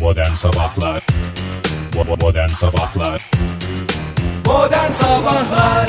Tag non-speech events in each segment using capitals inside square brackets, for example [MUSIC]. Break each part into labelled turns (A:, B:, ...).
A: Modern Sabahlar Bo- Modern Sabahlar
B: Modern Sabahlar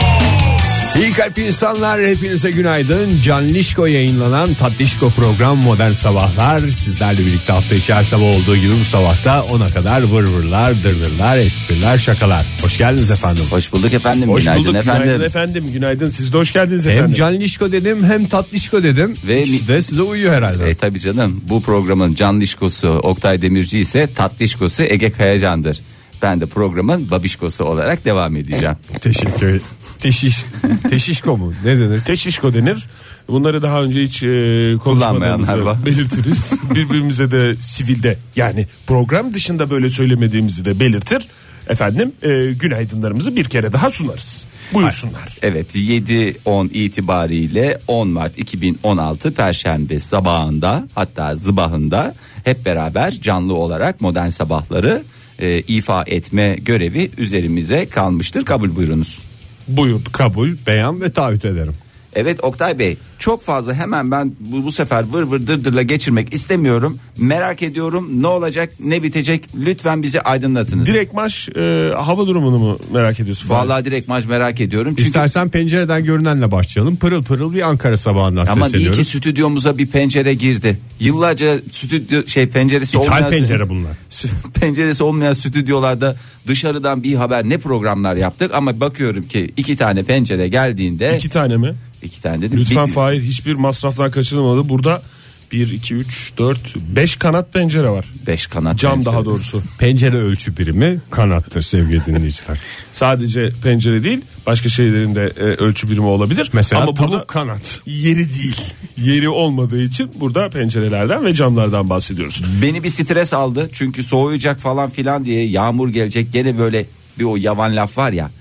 C: İyi kalp insanlar hepinize günaydın. Canlişko yayınlanan Tatlişko program Modern Sabahlar. Sizlerle birlikte hafta içi her sabah olduğu gibi bu sabahta 10'a kadar vır vırlar, dırırlar, espriler, şakalar. Hoş geldiniz efendim.
D: Hoş bulduk efendim.
E: Hoş
D: günaydın
E: bulduk.
D: efendim.
E: Günaydın efendim. Günaydın. Siz de hoş geldiniz
C: Hem
E: efendim.
C: Canlişko dedim hem Tatlişko dedim. Ve
D: Ve-
C: İkisi de size uyuyor herhalde.
D: E tabi canım bu programın canlışkosu Oktay Demirci ise tatlışkosu Ege Kayacan'dır. Ben de programın babişkosu olarak devam edeceğim.
E: E,
C: Teşekkür [LAUGHS] Teşiş, teşişko mu? Ne denir?
E: Teşişko denir. Bunları daha önce hiç e,
D: Kullanmayanlar var.
E: konuşmadığımızı belirtiriz.
D: [LAUGHS]
E: Birbirimize de sivilde yani program dışında böyle söylemediğimizi de belirtir. Efendim e, günaydınlarımızı bir kere daha sunarız. Buyursunlar.
D: Evet 7-10 itibariyle 10 Mart 2016 Perşembe sabahında hatta zıbahında hep beraber canlı olarak modern sabahları e, ifa etme görevi üzerimize kalmıştır. Kabul buyurunuz.
C: Buyur, kabul, beyan ve taahhüt ederim.
D: Evet Oktay Bey çok fazla hemen ben bu, bu sefer vır vır dırdırla geçirmek istemiyorum. Merak ediyorum ne olacak ne bitecek lütfen bizi aydınlatınız.
E: Direkt maç e, hava durumunu mu merak ediyorsun?
D: Vallahi direkt maç merak ediyorum. Çünkü
C: İstersen pencereden görünenle başlayalım. Pırıl pırıl bir Ankara sabahından
D: ama iyi
C: sesleniyoruz.
D: ki stüdyomuza bir pencere girdi. Yıllarca stüdyo şey penceresi
C: İthal
D: olmayan [LAUGHS]
C: pencere bunlar.
D: penceresi olmayan stüdyolarda dışarıdan bir haber ne programlar yaptık ama bakıyorum ki iki tane pencere geldiğinde
E: İki tane mi?
D: iki tane dedim.
E: Lütfen
D: Bir-
E: Fahir hiçbir masraftan kaçınılmadı. Burada 1, 2, 3, 4, 5 kanat pencere var.
D: beş kanat
E: Cam
D: pencere.
E: daha doğrusu.
C: Pencere ölçü birimi kanattır sevgili dinleyiciler.
E: [LAUGHS] Sadece pencere değil başka şeylerin de e, ölçü birimi olabilir.
C: Mesela
E: Ama
C: tavuk
E: burada
C: kanat.
E: yeri değil. Yeri olmadığı için burada pencerelerden ve camlardan bahsediyoruz.
D: Beni bir stres aldı çünkü soğuyacak falan filan diye yağmur gelecek gene böyle bir o yavan laf var ya.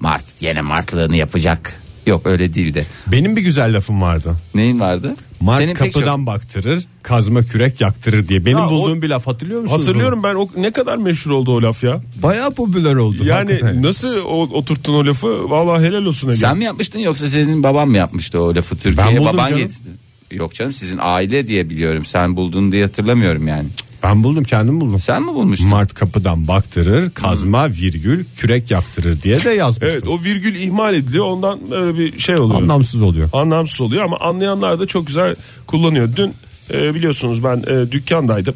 D: Mart yine martlığını yapacak. Yok öyle değildi.
C: Benim bir güzel lafım vardı.
D: Neyin vardı?
C: Mart
D: pek
C: kapıdan baktırır, kazma kürek yaktırır diye. Benim
E: Ya o-
C: bulduğum bir laf hatırlıyor musunuz?
E: Hatırlıyorum ben o ne kadar meşhur oldu o laf ya.
C: bunu? Bayağı popüler oldu.
E: Yani
C: hakikaten.
E: nasıl o, oturttun o lafı? Vallahi helal olsun Ege.
D: Sen mi yapmıştın yoksa senin baban mı yapmıştı o lafı
C: Ben
D: Türkiye'ye?
C: buldum
D: Baban
C: canım.
D: getirdi. Yok canım sizin aile diye biliyorum. Sen buldun diye hatırlamıyorum yani.
C: ben buldum kendim buldum.
D: Sen mi bulmuştun?
C: Mart kapıdan baktırır, kazma virgül kürek yaktırır diye de yazmıştım.
E: Hmm. Evet o virgül ihmal ediliyor ondan böyle bir şey oluyor.
C: Anlamsız oluyor.
E: Anlamsız oluyor ama anlayanlar da çok güzel kullanıyor. Dün e, biliyorsunuz ben e, dükkandaydım.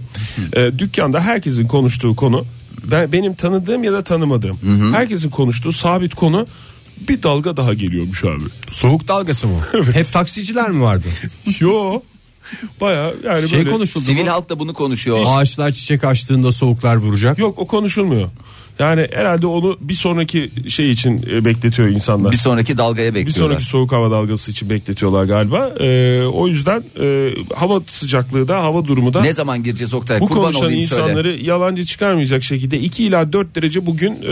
E: E, dükkanda herkesin konuştuğu konu ben benim tanıdığım ya da tanımadığım. Herkesin konuştuğu sabit konu bir dalga daha geliyormuş abi.
C: Soğuk dalgası [LAUGHS] mı? Hep taksiciler mi vardı?
E: Yo. Baya yani
C: Şey
E: böyle.
C: konuşuldu.
D: Sivil
C: mu?
D: halk da bunu konuşuyor.
C: [LAUGHS] Ağaçlar çiçek açtığında soğuklar vuracak.
E: Yok o konuşulmuyor. Yani herhalde onu bir sonraki şey için e, bekletiyor insanlar.
D: Bir sonraki dalgaya
E: Bir
D: bekliyorlar.
E: sonraki soğuk hava dalgası için bekletiyorlar galiba. E, o yüzden e, hava sıcaklığı da hava durumu da
D: Ne zaman gireceğiz Oktay?
E: bu
D: Kurban
E: konuşan
D: olayım söyle.
E: insanları yalancı çıkarmayacak şekilde 2 ila 4 derece bugün e,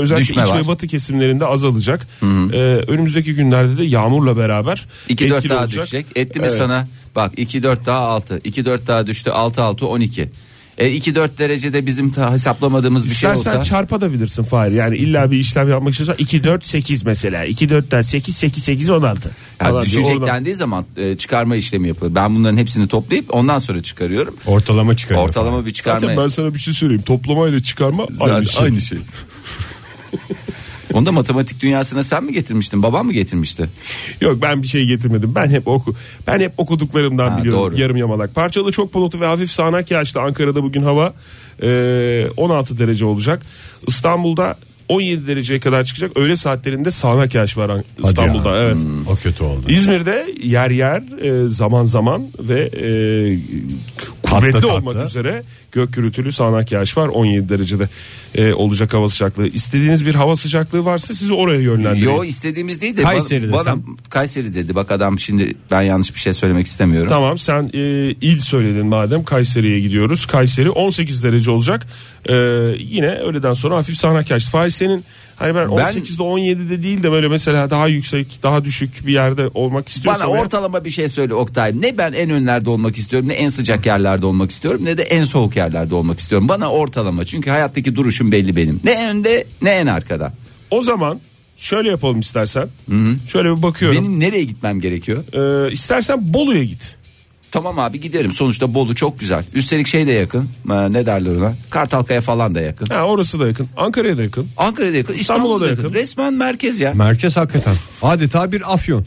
E: özellikle
D: Düşme
E: iç
D: var.
E: ve batı kesimlerinde azalacak. E, önümüzdeki günlerde de yağmurla beraber
D: 2 4
E: etkili
D: daha
E: olacak.
D: düşecek. Etti mi
E: Evet.
D: sana? Bak 2 4 daha 6. 2 4 daha düştü. 6 6 12. E 2 4 derecede bizim ta hesaplamadığımız bir
E: İstersen
D: şey olsa.
E: çarpa da bilirsin Fahir. Yani illa bir işlem yapmak istiyorsan 2 4 8 mesela. 2 4'ten 8 8 8 16.
D: Yani
E: Falan diyor.
D: düşecek
E: Oradan-
D: dendiği zaman e, çıkarma işlemi yapılır. Ben bunların hepsini toplayıp ondan sonra çıkarıyorum.
C: Ortalama çıkarıyor.
D: Ortalama bir çıkarma.
E: Zaten ben sana bir şey söyleyeyim. Toplama ile çıkarma
D: Zaten
E: aynı şey.
D: aynı şey. Onu da matematik dünyasına sen mi getirmiştin? Babam mı getirmişti?
E: Yok ben bir şey getirmedim. Ben hep oku ben hep okuduklarımdan
D: Ha,
E: biliyorum.
D: doğru.
E: Yarım yamalak. Parçalı çok bulutu ve hafif sağanak yağışlı Ankara'da bugün hava e, 16 derece olacak. İstanbul'da 17 dereceye kadar çıkacak. Öğle saatlerinde sağanak yağış var An-
C: ya. Hmm.
E: İstanbul'da. Evet.
D: Hmm.
C: O kötü oldu.
E: İzmir'de yer yer e, zaman zaman ve e, kuvvetli
C: tatlı.
E: olmak üzere gök gürültülü sağanak yağış var 17 derecede e, olacak hava sıcaklığı. İstediğiniz bir hava sıcaklığı varsa sizi oraya yönlendireyim.
D: Yo istediğimiz değil de.
C: Kayseri
D: bana-
C: desem.
D: bana- Kayseri dedi. Bak adam şimdi ben yanlış bir şey söylemek istemiyorum.
E: Tamam sen e, il söyledin madem Kayseri'ye gidiyoruz. Kayseri 18 derece olacak. E, yine öğleden sonra hafif sağanak yağış. Fahir senin hani ben, 18'de 17'de değil de böyle mesela daha yüksek daha düşük bir yerde olmak istiyorsam.
D: Bana
E: eğer-
D: ortalama bir şey söyle Oktay. Ne ben en önlerde olmak istiyorum, ne en sıcak yerlerde olmak istiyorum, ne de en soğuk yerlerde olmak istiyorum. Bana ortalama çünkü hayattaki duruşum belli benim. Ne önde, ne en arkada.
E: O zaman şöyle yapalım istersen. Şöyle bir bakıyorum.
D: Benim nereye gitmem gerekiyor?
E: E, istersen Ee, Bolu'ya git.
D: Tamam abi giderim sonuçta Bolu çok güzel. Üstelik şey de yakın e, ne derler ona Kartalkaya falan da yakın.
E: Ha, orası da yakın. Ankara'ya da yakın.
D: Ankara'da yakın
E: İstanbul'a
D: İstanbul'da
E: da
D: yakın.
E: yakın.
D: Resmen merkez ya.
C: Merkez hakikaten. Adeta bir afyon.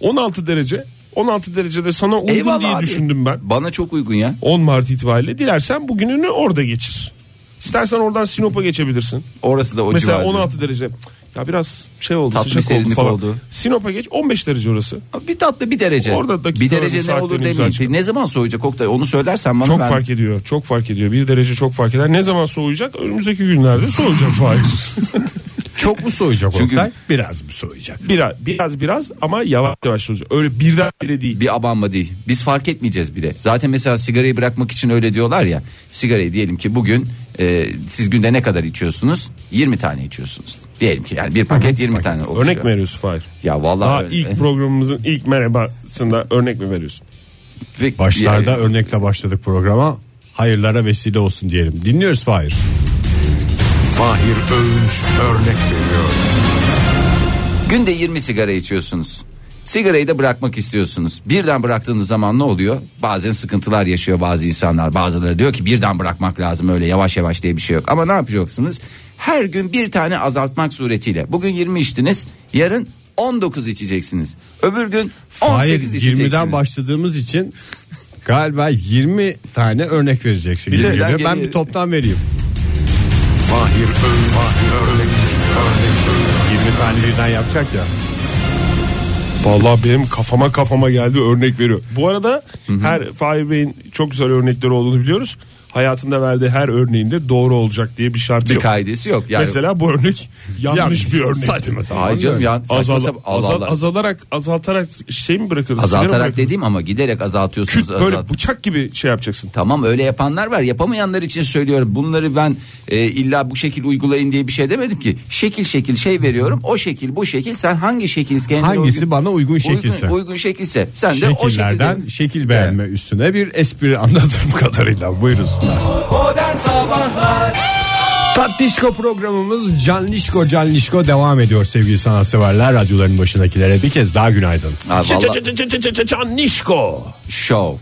E: 16 derece. 16 derecede sana uygun
D: Eyvallah
E: diye
D: abi.
E: düşündüm ben.
D: Bana çok uygun ya.
E: 10 Mart itibariyle. Dilersen bugününü orada geçir. İstersen oradan Sinop'a geçebilirsin.
D: Orası da o
E: Mesela
D: civarda.
E: 16 derece. Ya biraz şey oldu
D: Tatlı
E: sıcak oldu
D: serinlik
E: falan.
D: oldu.
E: Sinop'a geç 15 derece orası.
D: Bir tatlı bir derece.
E: Orada
D: bir
E: dakikaların,
D: derece ne olur
E: saatlerin
D: demeyeyim.
E: güzel çıkıyor.
D: Ne zaman soğuyacak Oktay onu söylersen bana
E: Çok
D: ben-
E: fark ediyor. Çok fark ediyor. Bir derece çok fark eder. Ne zaman soğuyacak? Önümüzdeki günlerde soğuyacak
D: [LAUGHS]
E: Faiz.
C: Çok mu soğuyacak
D: Çünkü-
C: Oktay? Biraz mı soğuyacak?
E: biraz biraz biraz ama yavaş yavaş soğuyacak. Öyle birden bire değil.
D: bir abanma değil. Biz fark etmeyeceğiz bile. Zaten mesela sigarayı bırakmak için öyle diyorlar ya. Sigarayı diyelim ki bugün e, siz günde ne kadar içiyorsunuz? 20 tane içiyorsunuz. Diyelim ki yani bir paket 20 tane oluşuyor.
E: Örnek mi veriyorsun Fahir?
D: Ya vallahi
E: Daha
D: öyle.
E: ilk programımızın ilk merhabasında örnek mi veriyorsun?
D: Ve-
C: Başlarda
D: yani-
C: örnekle başladık programa. Hayırlara vesile olsun diyelim. Dinliyoruz Fahir.
F: Fahir Öğünç örnek veriyor.
D: Günde 20 sigara içiyorsunuz. Sigarayı da bırakmak istiyorsunuz. Birden bıraktığınız zaman ne oluyor? Bazen sıkıntılar yaşıyor bazı insanlar. Bazıları diyor ki birden bırakmak lazım öyle yavaş yavaş diye bir şey yok. Ama ne yapacaksınız? Her gün bir tane azaltmak suretiyle. Bugün 20 içtiniz. Yarın 19 içeceksiniz. Öbür gün 18
C: Hayır
D: içeceksiniz.
C: 20'den başladığımız için galiba 20 tane örnek vereceksin. gibi
D: Birden
C: geliyor. Ben
D: geriye-
C: bir toptan vereyim.
F: Fahir Öğünç örnek, örnek veriyor.
C: 20 tane birden yapacak ya.
E: Vallahi benim kafama kafama geldi örnek veriyor. Bu arada her Fahir Bey'in çok güzel örnekleri olduğunu biliyoruz. Hayatında verdiği her örneğinde doğru olacak diye bir şartı
D: bir
E: yok.
D: kaidesi yok. Yani
E: Mesela bu örnek yanlış, bir örnek.
C: Saçma
D: Hayır canım ya, saçma
E: Azal,
D: sapan- Allah
E: azal-
D: Allah.
E: azalarak azaltarak şey mi bırakırız? Sigara mı
D: azaltarak
E: bırakırız?
D: dediğim ama giderek azaltıyorsunuz.
E: Küt böyle
D: azalt-
E: bıçak gibi şey yapacaksın.
D: Tamam öyle yapanlar var. Yapamayanlar için söylüyorum. Bunları ben e, illa bu şekil uygulayın diye bir şey demedim ki. Şekil şekil şey veriyorum. O şekil bu şekil. Sen hangi şekil kendine
C: Hangisi
D: uygun-
C: bana uygun şekilse.
D: Uygun, uygun şekilse. Sen de o şekilde.
C: Şekillerden şekil beğenme üstüne bir espri anladığım kadarıyla buyursunlar.
B: Modern Sabahlar
C: Tatlışko programımız Canlışko Canlışko devam ediyor sevgili sanatseverler. Radyoların başındakilere bir kez daha günaydın.
D: Ha,
E: Ç-
D: vallahi-
E: ç- ç- ç- ç- ç- Çanişko.
D: Show.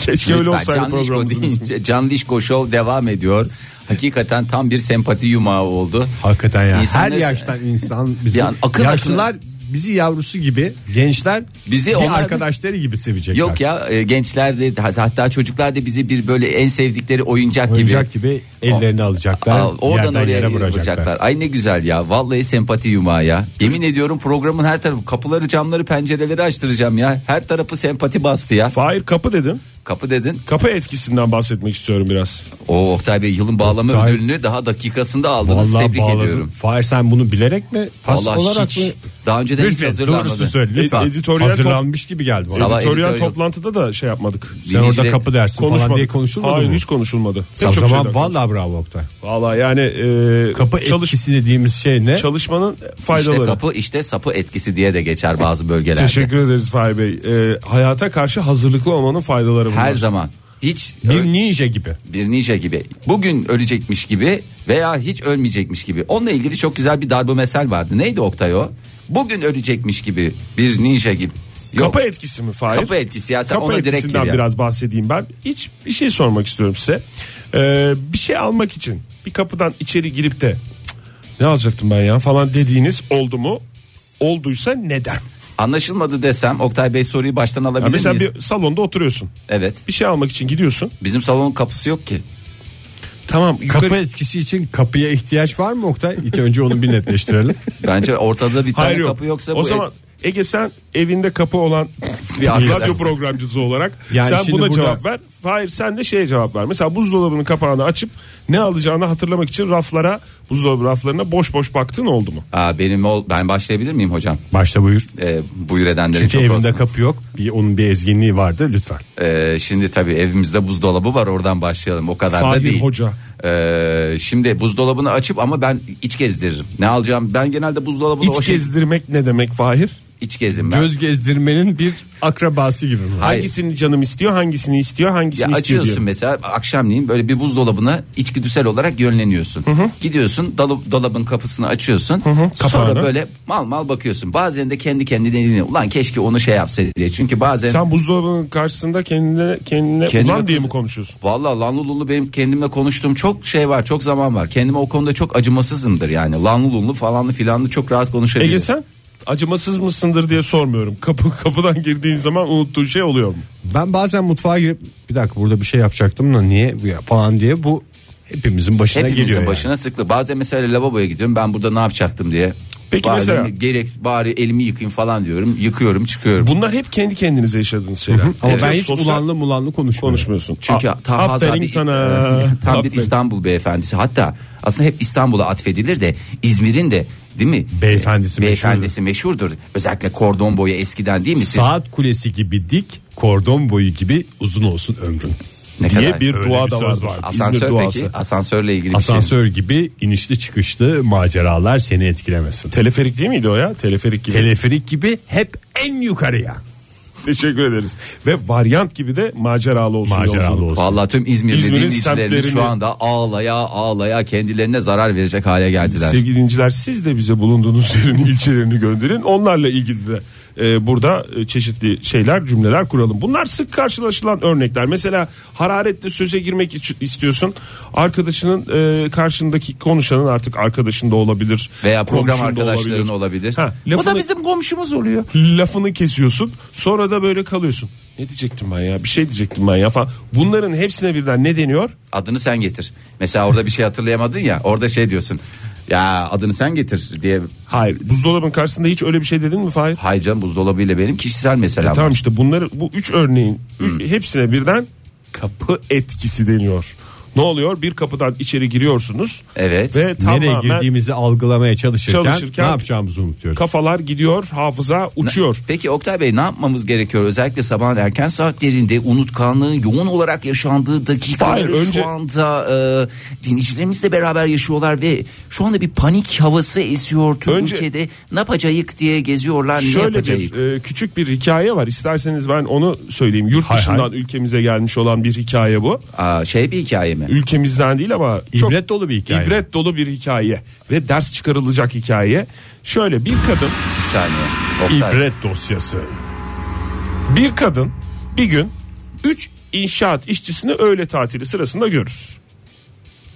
E: Keşke öyle
D: Lütfen,
E: olsaydı
D: Can Dişko
E: programımızın ismi.
D: deyince Can Dişko Show devam ediyor. Hakikaten tam bir sempati yumağı oldu.
C: Hakikaten ya.
D: İnsanlar-
C: Her yaştan
D: [LAUGHS]
C: insan bizi
D: Yani akın
C: yaşlılar bizi yavrusu gibi, gençler
D: Bizi
C: bizi bir
D: onlar-
C: arkadaşları gibi sevecekler.
D: Yok ya e, gençler de hat- hatta çocuklar da bizi bir böyle en sevdikleri oyuncak,
C: Oyuncak gibi ellerini alacaklar.
D: Aa, oradan
C: yerden
D: oraya
C: yere
D: vuracaklar. Ay ne güzel ya. Vallahi sempati yumağı ya. Yemin ediyorum programın her tarafı kapıları, camları, pencereleri açtıracağım ya. Her tarafı sempati bastı ya.
E: Fahir kapı dedim.
D: Kapı dedin.
E: Kapı etkisinden bahsetmek istiyorum biraz.
D: O Oktay Bey yılın bağlama
C: Oktay.
D: ödülünü daha dakikasında aldınız.
C: Vallahi
D: Tebrik
C: bağladın.
D: ediyorum.
C: Fahir sen bunu bilerek mi? Pas
D: Vallahi
C: olarak
D: hiç.
C: mı?
D: Daha önceden hiç
C: Lütfen
D: hazırlanmadı.
C: doğrusu söyle. Lütfen.
E: Ed- editoryal
C: Hazırlanmış gibi geldi bana.
D: Sabah
E: Editoryal
D: editoryal-
E: toplantıda da şey yapmadık.
C: Sen orada
D: dinleyiciler-
C: kapı dersin
E: Konuşmadık.
C: falan diye konuşulmadı
E: Hayır
C: mı?
E: hiç konuşulmadı.
C: o
E: Pek çok
C: zaman
E: şeyden
C: vallahi bravo Oktay.
E: Valla yani e,
C: Kapı
E: çalış-
C: etkisi dediğimiz şey ne?
E: çalışmanın
D: İşte
E: faydaları.
D: kapı işte sapı etkisi diye de geçer bazı bölgelerde.
E: Teşekkür ederiz Fahir Bey. E, hayata karşı hazırlıklı olmanın faydaları bunlar.
D: Her zaman. Hiç
C: bir ninja gibi.
D: bir ninja gibi bugün ölecekmiş gibi veya hiç ölmeyecekmiş gibi. Onunla ilgili çok güzel bir darbe mesel vardı. Neydi Oktay o? Bugün ölecekmiş gibi bir ninja gibi. Yok.
E: Kapı etkisi mi Fahir?
D: Kapı etkisi ya, sen
E: Kapı
D: ona direkt
E: etkisinden
D: gir ya.
E: biraz bahsedeyim ben. Hiç bir şey sormak istiyorum size. E, bir şey almak için bir kapıdan içeri girip de "Cık, ne alacaktım ben ya falan dediğiniz oldu mu? Olduysa neden?
D: Anlaşılmadı desem Oktay Bey soruyu baştan
E: Ya
D: alabilir
E: mesela
D: miyiz?
E: bir salonda oturuyorsun.
D: Evet.
E: Bir şey almak için gidiyorsun.
D: Bizim salonun kapısı yok ki.
E: Tamam yukarı
C: Kapı etkisi için kapıya ihtiyaç var mı Oktay? İlk önce onu
E: [LAUGHS]
C: bir netleştirelim.
D: Bence ortada bir tane
E: Hayır yok.
D: kapı yoksa
E: o
D: bu
E: zaman Ege sen evinde kapı
D: [LAUGHS]
E: olan bir radyo
D: arkadaşsın.
E: programcısı olarak
C: Yani
E: sen
C: şimdi
E: buna
C: burada-
E: cevap ver. Hayır sen de şeye cevap ver. Mesela buzdolabının kapağını açıp ne alacağını hatırlamak için raflara buzdolabı raflarına boş boş baktın oldu mu?
D: Aa, benim ol, ben başlayabilir miyim hocam?
C: Başla buyur.
D: Ee, buyur edenlerin
C: Çünkü
D: çok
C: evinde
D: olsun.
C: kapı yok. Bir, onun bir ezginliği vardı lütfen.
E: E,
D: Ee, şimdi tabii evimizde buzdolabı var oradan başlayalım o kadar da
E: Fahir
D: değil.
E: Hoca.
D: Ee, şimdi buzdolabını açıp ama ben iç gezdiririm. Ne alacağım? Ben genelde buzdolabında
E: İç
D: o şey-
E: gezdirmek ne demek Fahir?
D: İç gezdim ben.
C: Göz gezdirmenin bir akrabası gibi mi?
D: Hayır.
E: Hangisini canım istiyor, hangisini istiyor,
D: Ya
E: hangisini istiyor
D: açıyorsun
E: diyor.
D: mesela akşamleyin böyle bir buzdolabına içgüdüsel olarak yönleniyorsun. Gidiyorsun dalı- dolabın kapısını açıyorsun. Sonra
E: kapağını.
D: böyle mal mal bakıyorsun. Bazen de kendi kendine yine, ulan keşke onu şey yapsaydı diye. Çünkü bazen
E: Sen buzdolabının karşısında kendine kendine,
D: Kendime
E: ulan diye
D: kız-
E: mi konuşuyorsun?
D: Vallahi Lanlulunlu benim kendimle konuştuğum çok şey var, çok zaman var. Kendime o konuda çok acımasızımdır yani. Lanlulunlu falanlı filanlı çok rahat konuşabilirim.
E: Ege sen acımasız mısındır diye sormuyorum. Kapı [LAUGHS] kapıdan girdiğin zaman unuttuğun şey oluyor mu?
C: Ben bazen mutfağa girip bir dakika burada bir şey yapacaktım da niye ya falan diye bu hepimizin başına
D: Hepimizin
C: geliyor. yani.
D: başına sıklı. Bazen mesela lavaboya gidiyorum ben burada ne yapacaktım diye.
E: Peki
D: Bazen
E: mesela-
D: gerek bari elimi yıkayayım falan diyorum. Yıkıyorum, çıkıyorum.
E: Bunlar hep kendi kendinize yaşadığınız şeyler.
C: Ama
E: Evet.
C: ben hiç
E: Sosyal-
C: ulanlı mulanlı konuşmuyorum.
E: konuşmuyorsun.
D: Çünkü
E: A-
D: Taha
E: aferin
D: Zabi-
E: sana.
D: [LAUGHS] tam bir
E: Aferin.
D: İstanbul beyefendisi. Hatta aslında hep İstanbul'a atfedilir de İzmir'in de değil mi?
C: Beyefendisi
D: Beyefendisi meşhurdur. Özellikle kordon boyu eskiden değil mi siz?
C: Saat kulesi gibi dik, kordon boyu gibi uzun olsun ömrün.
D: Ne
C: diye
D: kadar?
C: bir
E: Öyle
C: dua
E: bir
C: da
E: söz
C: vardır.
E: var.
C: İzmir
D: Asansör
C: duası.
D: peki? Asansörle ilgili bir şey. mi?
C: Asansör gibi inişli çıkışlı maceralar seni etkilemesin.
E: Teleferik değil miydi o ya? Teleferik gibi.
C: Teleferik gibi hep en yukarıya.
E: [LAUGHS] Teşekkür ederiz. Ve varyant gibi de maceralı olsun.
C: Maceralı
E: yolculuk.
C: olsun.
D: Vallahi tüm İzmir'de
E: İzmir'in
D: dinleyicilerimiz şu
E: semtlerini-
D: anda ağlaya ağlaya kendilerine zarar verecek hale geldiler.
E: Sevgili dinleyiciler siz de bize bulunduğunuz yerin [LAUGHS] ilçelerini gönderin. Onlarla ilgili de e, burada e, çeşitli şeyler cümleler kuralım. Bunlar sık karşılaşılan örnekler. Mesela hararetle söze girmek iç- istiyorsun. Arkadaşının e, karşındaki konuşanın artık arkadaşın da olabilir.
D: Veya program
E: komşun da
D: arkadaşların olabilir.
E: Ha,
D: Bu da
E: lafını-
D: bizim komşumuz oluyor.
E: lafını kesiyorsun sonra da böyle kalıyorsun. Ne diyecektim ben ya bir şey diyecektim ben ya falan. Bunların hepsine birden ne deniyor?
D: Adını sen getir. Mesela orada bir şey hatırlayamadın ya orada şey diyorsun. Ya adını sen getir diye.
E: Hayır buzdolabın karşısında hiç öyle bir şey dedin mi Fahir?
D: Hay canım buzdolabıyla benim kişisel meselem.
E: E, Tamam işte bunları bu üç örneğin üç- hepsine birden kapı etkisi deniyor. Ne oluyor? Bir kapıdan içeri giriyorsunuz.
D: Evet.
E: Ve
C: Nereye
E: tamamen
C: girdiğimizi algılamaya çalışırken,
E: Çalışırken-
C: ne yapacağımızı unutuyoruz.
E: kafalar gidiyor, hafıza uçuyor.
D: Peki Oktay Bey ne yapmamız gerekiyor? Özellikle sabahın erken saatlerinde unutkanlığın yoğun olarak yaşandığı dakikaları
E: Hayır, önce-
D: şu anda e, dinleyicilerimizle beraber yaşıyorlar ve şu anda bir panik havası esiyor tüm
E: Önce-
D: ülkede. Ne yapacağız diye geziyorlar ne
E: Şöyle
D: yapacağız?
E: bir e, küçük bir hikaye var. İsterseniz ben onu söyleyeyim. Yurt
C: Hay hay.
E: dışından ülkemize gelmiş olan bir hikaye bu.
D: Aa, şey bir hikaye mi?
E: ülkemizden değil ama çok
C: İbret dolu bir hikaye.
E: ibret dolu bir hikaye ve ders çıkarılacak hikaye. Şöyle bir kadın
D: Bir saniye. Oktay.
C: İbret dosyası.
E: bir kadın bir gün 3 inşaat işçisini öğle tatili sırasında görür.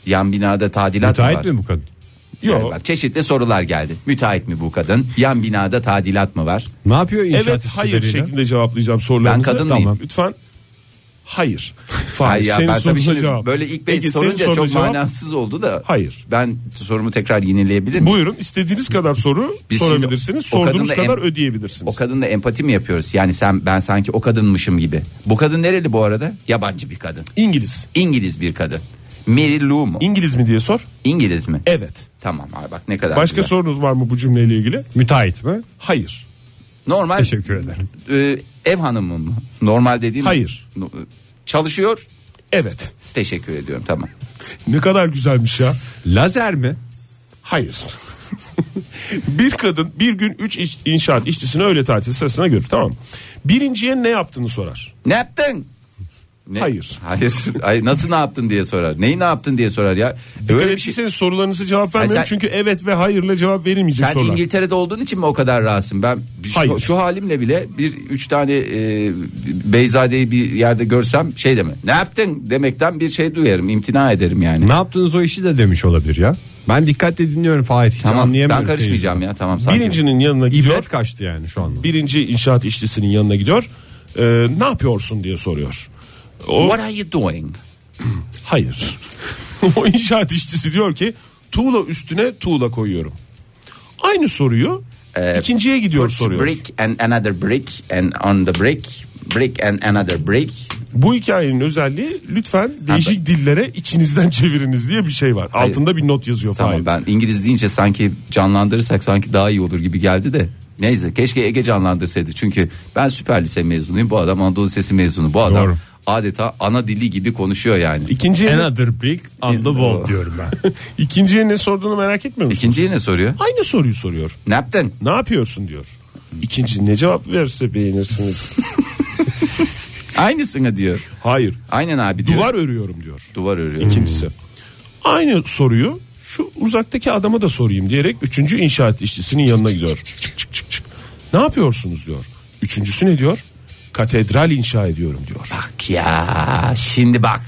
D: Yan binada tadilat mı var?
C: Müteahhit mi bu kadın?
E: Yok.
D: Bak çeşitli sorular geldi. Müteahhit mi bu kadın? Yan binada tadilat mı var?
C: Ne yapıyor inşaat
E: evet hayır
C: işçileriyle?
E: şeklinde cevaplayacağım sorularınızı.
D: Ben kadın mıyım?
E: Tamam. Lütfen hayır.
D: [LAUGHS] Hayır ya
E: senin
D: ben
E: soruna
D: tabii şimdi
E: cevap.
D: böyle ilk beş
E: Ege, senin
D: sorunca
E: soruna
D: çok
E: cevap.
D: manasız oldu da.
E: Hayır.
D: Ben sorumu tekrar yenileyebilir miyim?
E: Buyurun istediğiniz kadar soru
D: Biz şimdi
E: sorabilirsiniz.
D: o kadınla
E: Sorduğunuz
D: em-
E: kadar
D: O
E: ödeyebilirsiniz.
D: kadınla empati mi yapıyoruz? Yani sen ben sanki o kadınmışım gibi. Bu kadın nereli bu arada? Yabancı bir kadın.
E: İngiliz.
D: İngiliz bir kadın. Mary Lou mu?
E: İngiliz mi diye sor.
D: İngiliz mi?
E: Evet.
D: Tamam abi bak ne kadar
E: Başka
D: güzel.
E: sorunuz var mı bu cümleyle ilgili?
C: Müteahhit mi?
E: Hayır.
D: Normal
C: Teşekkür ederim.
D: e, ev hanımı mı? Normal dediğim
E: Hayır.
D: No- Çalışıyor.
E: Evet.
D: Teşekkür ediyorum tamam.
E: Ne kadar güzelmiş ya.
C: Lazer mi?
E: Hayır. [LAUGHS] bir kadın bir gün 3 inşaat işçisini öğle tatil sırasına görür tamam mı? Birinciye ne yaptığını sorar.
D: Ne yaptın? Ne?
E: Hayır.
D: Hayır. Ay, nasıl ne yaptın diye sorar. Neyi ne yaptın diye sorar ya.
E: Dikkat
D: Böyle bir şey.
E: etseniz sorularınızı cevap vermiyorum
D: Hayır, sen-
E: çünkü evet ve hayırla cevap verilmeyecek
D: Sen
E: sorular.
D: İngiltere'de olduğun için mi o kadar rahatsın? Ben şu,
E: Hayır.
D: şu halimle bile bir üç tane e, Beyzade'yi bir yerde görsem şey deme. Ne yaptın demekten bir şey duyarım, imtina ederim yani.
C: Ne yaptığınız o işi de demiş olabilir ya. Ben dikkatle dinliyorum Fahit. Hiç
D: tamam ben
C: anlayamıyorum.
D: karışmayacağım ya tamam sakin.
E: Birincinin yanına
C: seni.
E: gidiyor.
C: İbret kaçtı yani şu anda.
E: Birinci inşaat işçisinin yanına gidiyor. Ee, ne yapıyorsun diye soruyor. O
D: What are you doing?
E: hayır. [LAUGHS] o inşaat işçisi diyor ki tuğla üstüne tuğla koyuyorum. Aynı soruyu ikinciye gidiyor
D: E, Put
E: soruyor.
D: Brick and another brick and on the brick. Brick and another brick.
E: Bu hikayenin özelliği lütfen değişik dillere içinizden [LAUGHS] çeviriniz diye bir şey var. Altında bir not yazıyor
D: Tamam
E: Fahir.
D: ben İngiliz deyince sanki canlandırırsak sanki daha iyi olur gibi geldi de. Neyse keşke Ege canlandırsaydı. Çünkü ben Süper Lise mezunuyum. Bu adam Anadolu Lisesi mezunu. Bu adam
C: Doğru.
D: adeta ana dili gibi konuşuyor yani.
E: İkinciye, ne,
C: Another brick on the wall diyorum ben.
E: ikinciye ne sorduğunu merak etmiyor musun?
D: İkinciye ne soruyor?
E: Aynı soruyu soruyor.
D: Ne yaptın?
E: Ne yapıyorsun diyor. İkinci ne cevap verirse beğenirsiniz.
D: Aynısını diyor.
E: Hayır.
D: Aynen abi diyor.
E: Duvar örüyorum diyor.
D: Duvar örüyor.
E: İkincisi. Aynı soruyu şu uzaktaki adama da sorayım diyerek üçüncü inşaat işçisinin yanına gidiyor. Çık, çık, çık, çık, çık. Ne yapıyorsunuz diyor. Üçüncüsü ne diyor? Katedral inşa ediyorum diyor.
D: Bak ya şimdi bak.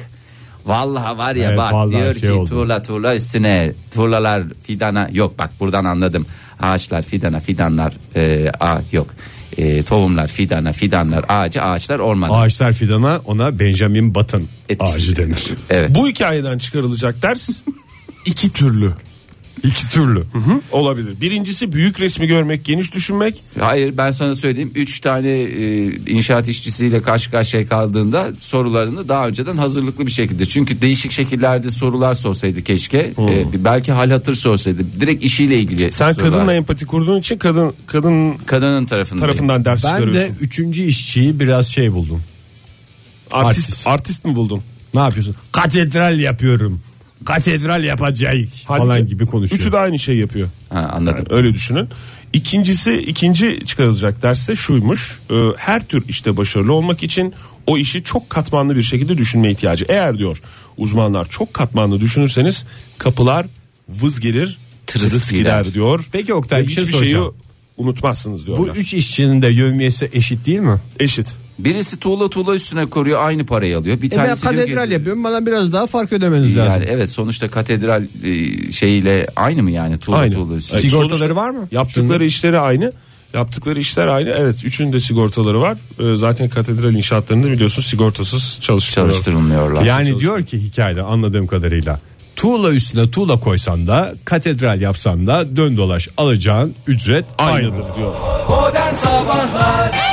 D: Vallahi var ya
C: Evet,
D: bak
C: vallahi
D: diyor
C: şey
D: ki
C: oldu.
D: tuğla tuğla üstüne tuğlalar fidana yok bak buradan anladım. Ağaçlar fidana fidanlar e, a, yok. E, tohumlar fidana fidanlar ağacı ağaçlar orman.
C: Ağaçlar fidana ona Benjamin Button
D: Etkisi.
C: ağacı denir.
D: Evet.
E: Bu hikayeden çıkarılacak [LAUGHS] ders iki türlü
C: İki türlü.
E: olabilir. Birincisi büyük resmi görmek, geniş düşünmek.
D: Hayır ben sana söyleyeyim 3 tane e, inşaat işçisiyle karşı karşıya kaldığında sorularını daha önceden hazırlıklı bir şekilde. Çünkü değişik şekillerde sorular sorsaydı keşke.
C: Hmm.
D: E, belki hal hatır sorsaydı. Direkt işiyle ilgili.
E: Sen
D: sorular.
E: kadınla empati kurduğun için kadın kadın
D: kadının tarafındayım.
E: tarafından ders
C: Ben de
E: çıkarıyorsun.
C: üçüncü işçiyi biraz şey buldum.
E: artist,
C: artist.
E: artist mi buldun?
C: Ne yapıyorsun? Katedral yapıyorum. Katedral yapacağız falan
E: Halbuki
C: gibi konuşuyor.
E: Üçü de aynı şey yapıyor.
D: Ha, anladım.
E: Yani öyle düşünün. İkincisi ikinci çıkarılacak derste şuymuş. e, her tür işte başarılı olmak için o işi çok katmanlı bir şekilde düşünme ihtiyacı. Eğer diyor uzmanlar çok katmanlı düşünürseniz kapılar vız gelir
D: Tırıs
E: tırıs,
D: gider.
E: gider. diyor.
C: Peki Oktay,
E: Ve
C: bir şey
E: hiçbir şeyi
C: soracağım.
E: unutmazsınız diyor.
C: Bu üç işçinin de yevmiyesi eşit değil mi?
E: eşit.
D: Birisi tuğla tuğla üstüne koruyor aynı parayı alıyor. Bir
C: E, ben
D: tanesi diyor ki-
C: katedral yapıyorum bana biraz daha fark ödemeniz
D: Yani
C: lazım.
D: evet sonuçta katedral e, şeyiyle aynı mı yani tuğla
E: Aynı.
D: tuğla üstüne?
E: Ay,
C: Sigortaları
E: sonuçta
C: var mı?
E: Yaptıkları işleri aynı. Yaptıkları işler aynı. Evet üçünün de sigortaları var. E, zaten katedral inşaatlarında biliyorsunuz sigortasız çalıştırılıyor.
D: çalıştırılmıyorlar.
C: Yani diyor ki hikayede anladığım kadarıyla tuğla üstüne tuğla koysan da katedral yapsan da dön dolaş alacağın ücret aynıdır.
E: diyor.
B: Modern Sabahlar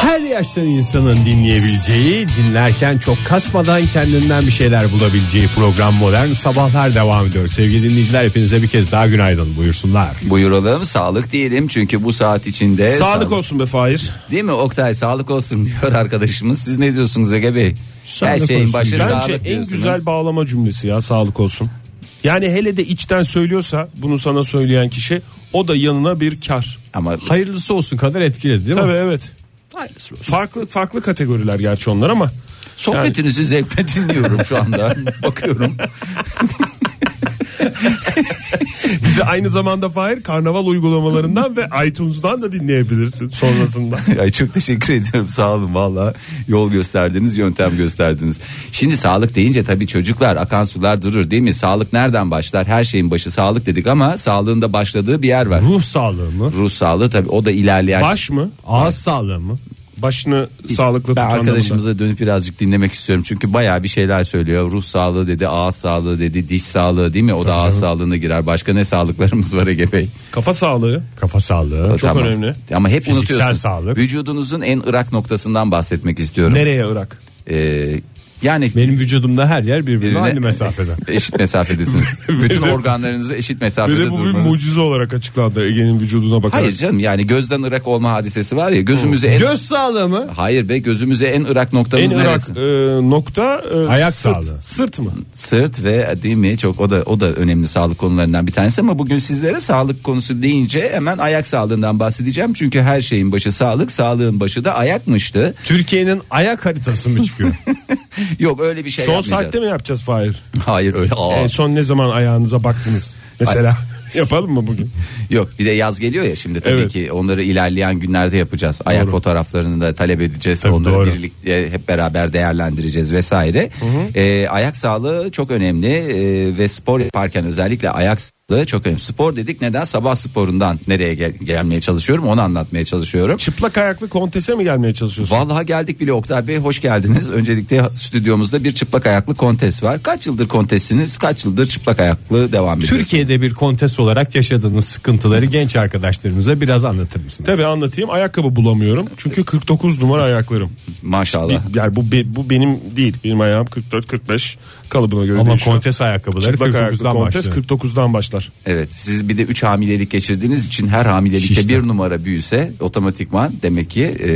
C: Her yaştan insanın dinleyebileceği, dinlerken çok kasmadan kendinden bir şeyler bulabileceği program Modern Sabahlar devam ediyor. Sevgili dinleyiciler hepinize bir kez daha günaydın buyursunlar.
D: Buyuralım sağlık diyelim çünkü bu saat içinde
E: Sağlık olsun be Fahir.
D: Değil mi Oktay sağlık olsun [LAUGHS] diyor arkadaşımız. Siz ne diyorsunuz Ege Bey? Her
C: Sağlık
D: şeyin
C: olsun.
D: başı
C: Bence
E: Bence
D: sağlık
E: en
D: diyorsunuz.
E: güzel bağlama cümlesi ya sağlık olsun. Yani hele de içten söylüyorsa bunu sana söyleyen kişi o da yanına bir kar.
D: Ama
C: Hayırlısı olsun kadar etkiledi değil
E: Tabii
C: mi?
E: evet.
C: Hayırlısı olsun.
E: Farklı farklı kategoriler gerçi onlar ama
D: sohbetinizi zevkle dinliyorum şu
C: [LAUGHS]
D: anda. Bakıyorum.
E: bizi aynı zamanda Fahir karnaval uygulamalarından ve [LAUGHS] iTunes'dan da dinleyebilirsin sonrasında.
D: [LAUGHS] Ay çok teşekkür ediyorum sağ olun valla yol gösterdiniz yöntem gösterdiniz. Şimdi sağlık deyince tabii çocuklar akan sular durur değil mi? Sağlık nereden başlar? Her şeyin başı sağlık dedik ama sağlığında başladığı bir yer var.
C: Ruh sağlığı mı?
D: Ruh sağlığı tabii o da ilerleyen.
E: Baş mı?
C: Ağız sağlığı mı?
E: Başını sağlıklı
D: ben
E: tutan anlamında.
D: arkadaşımıza dönüp birazcık dinlemek istiyorum. Çünkü bayağı bir şeyler söylüyor. Ruh sağlığı dedi, ağız sağlığı dedi, diş sağlığı değil mi? O da ağız sağlığına girer. Başka ne sağlıklarımız var Ege Bey?
E: kafa sağlığı.
C: Kafa sağlığı.
E: Çok önemli.
D: Ama hep
C: Fiziksel
D: unutuyorsun.
C: sağlık.
D: Vücudunuzun en ırak noktasından bahsetmek istiyorum.
E: Nereye Irak?
D: Ee, yani
C: Benim vücudumda her yer birbirine
D: Birbirine-
C: aynı mesafede.
D: eşit mesafedesiniz.
E: [LAUGHS]
D: Bütün organlarınızı eşit
E: Ve
D: mesafede
E: de bu bir
D: durmanız.
E: mucize olarak açıklandı Ege'nin vücuduna bakarak.
D: Hayır canım yani gözden ırak olma hadisesi var ya gözümüze en
C: Göz sağlığı mı?
D: Hayır be gözümüze en ırak noktamız
E: En
D: neresi?
E: Irak e, nokta e,
C: Ayak
E: sırt.
C: sağlığı.
E: Sırt mı?
D: Sırt ve değil mi çok o da o da önemli sağlık konularından bir tanesi ama bugün sizlere sağlık konusu deyince hemen ayak sağlığından bahsedeceğim. Çünkü her şeyin başı sağlık, sağlığın başı da ayakmıştı.
C: Türkiye'nin ayak haritası mı
E: [LAUGHS]
C: çıkıyor?
D: Yok öyle bir şey
E: Son
D: yapmayacağız.
E: saatte mi yapacağız Fahir?
D: Hayır öyle. Aa.
E: En son ne zaman ayağınıza baktınız? Mesela [LAUGHS] yapalım mı bugün?
D: Yok bir de yaz geliyor ya şimdi tabii
E: Evet.
D: ki onları ilerleyen günlerde yapacağız. Ayak fotoğraflarını da talep edeceğiz. onları
C: doğru.
D: birlikte hep beraber değerlendireceğiz vesaire. Ee, ayak sağlığı çok önemli ee, ve spor yaparken özellikle ayak sağlığı çok önemli. Spor dedik neden sabah sporundan nereye gel- gelmeye çalışıyorum onu anlatmaya çalışıyorum.
E: Çıplak ayaklı kontese mi gelmeye çalışıyorsun?
D: Vallahi geldik bile Oktay Bey hoş geldiniz. [LAUGHS] Öncelikle stüdyomuzda bir çıplak ayaklı kontes var. Kaç yıldır kontesiniz? Kaç yıldır çıplak ayaklı devam ediyorsunuz?
C: Türkiye'de bir kontes olarak yaşadığınız sıkıntıları genç arkadaşlarımıza biraz anlatır mısınız?
E: Tabii anlatayım. Ayakkabı bulamıyorum. Çünkü 49 numara ayaklarım.
D: Maşallah.
E: Bir- Yani bu be- bu benim değil. Benim ayağım 44 45 kalıbına göre
C: Ama
E: değişiyor.
C: kontes ayakkabıları
E: Çıplak ayaklı
C: 49'dan
E: kontes
C: başlıyor.
E: 49'dan başlar.
D: Evet siz bir de 3 hamilelik geçirdiğiniz için her hamilelikte
C: Şişti.
D: bir numara büyüse otomatikman demek ki e,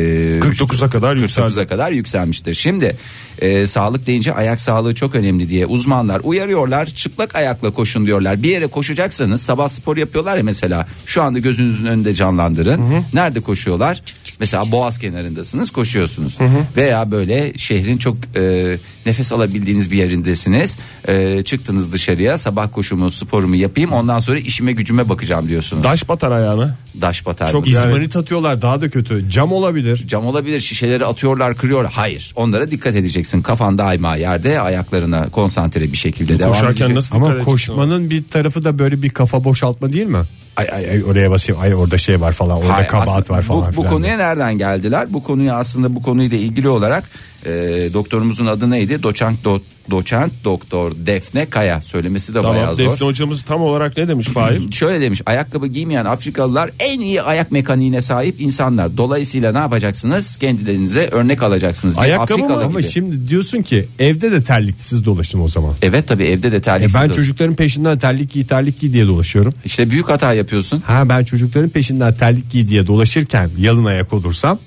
E: 49'a kadar
D: 49'a
E: yükseldi.
D: kadar yükselmiştir. Şimdi E, sağlık deyince ayak sağlığı çok önemli diye uzmanlar uyarıyorlar. Çıplak ayakla koşun diyorlar. Bir yere koşacaksanız sabah spor yapıyorlar ya mesela. Şu anda gözünüzün önünde canlandırın. Nerede koşuyorlar? Mesela boğaz kenarındasınız koşuyorsunuz. Veya böyle şehrin çok e, nefes alabildiğiniz bir yerindesiniz. E, çıktınız dışarıya sabah koşumu sporumu yapayım ondan sonra işime gücüme bakacağım diyorsunuz.
E: Daş batar ayağına.
D: Daş batar.
E: Çok
D: mı?
E: iyi.
C: İzmarit atıyorlar daha da kötü. Cam olabilir.
D: Cam olabilir şişeleri atıyorlar kırıyor. Hayır onlara dikkat edeceksin. Kafan daima yerde ayaklarına konsantre bir şekilde devam edeceksin.
E: Koşarken nasıl dikkat
C: Ama
E: edeceksin
C: koşmanın bir tarafı da böyle bir kafa boşaltma değil mi? Ay ay ay oraya basayım. Ay orada şey var falan. Orada
D: Hayır,
C: kabahat
D: aslında
C: var falan.
D: Bu, bu
C: filan.
D: konuya nereden geldiler? Bu konuyu aslında bu konuyla ilgili olarak e, doktorumuzun adı neydi? Doçent do, Doçent Doktor Defne Kaya söylemesi de bayağı
E: Tamam
D: zor.
E: Defne hocamız tam olarak ne demiş Fahir?
D: Şöyle demiş ayakkabı giymeyen Afrikalılar en iyi ayak mekaniğine sahip insanlar. Dolayısıyla ne yapacaksınız? Kendilerinize örnek alacaksınız. Bir
E: Ayakkabı mı?
D: Afrikalı
C: Ama
D: gibi.
C: şimdi diyorsun ki evde de terliksiz dolaştım o zaman.
D: Evet tabii evde de
C: E
D: terliksiz.
C: ben
D: ol-
C: çocukların peşinden terlik giy terlik giy diye dolaşıyorum.
D: İşte büyük hata yapıyorsun.
C: Ha ben çocukların peşinden terlik giy diye dolaşırken yalın ayak olursam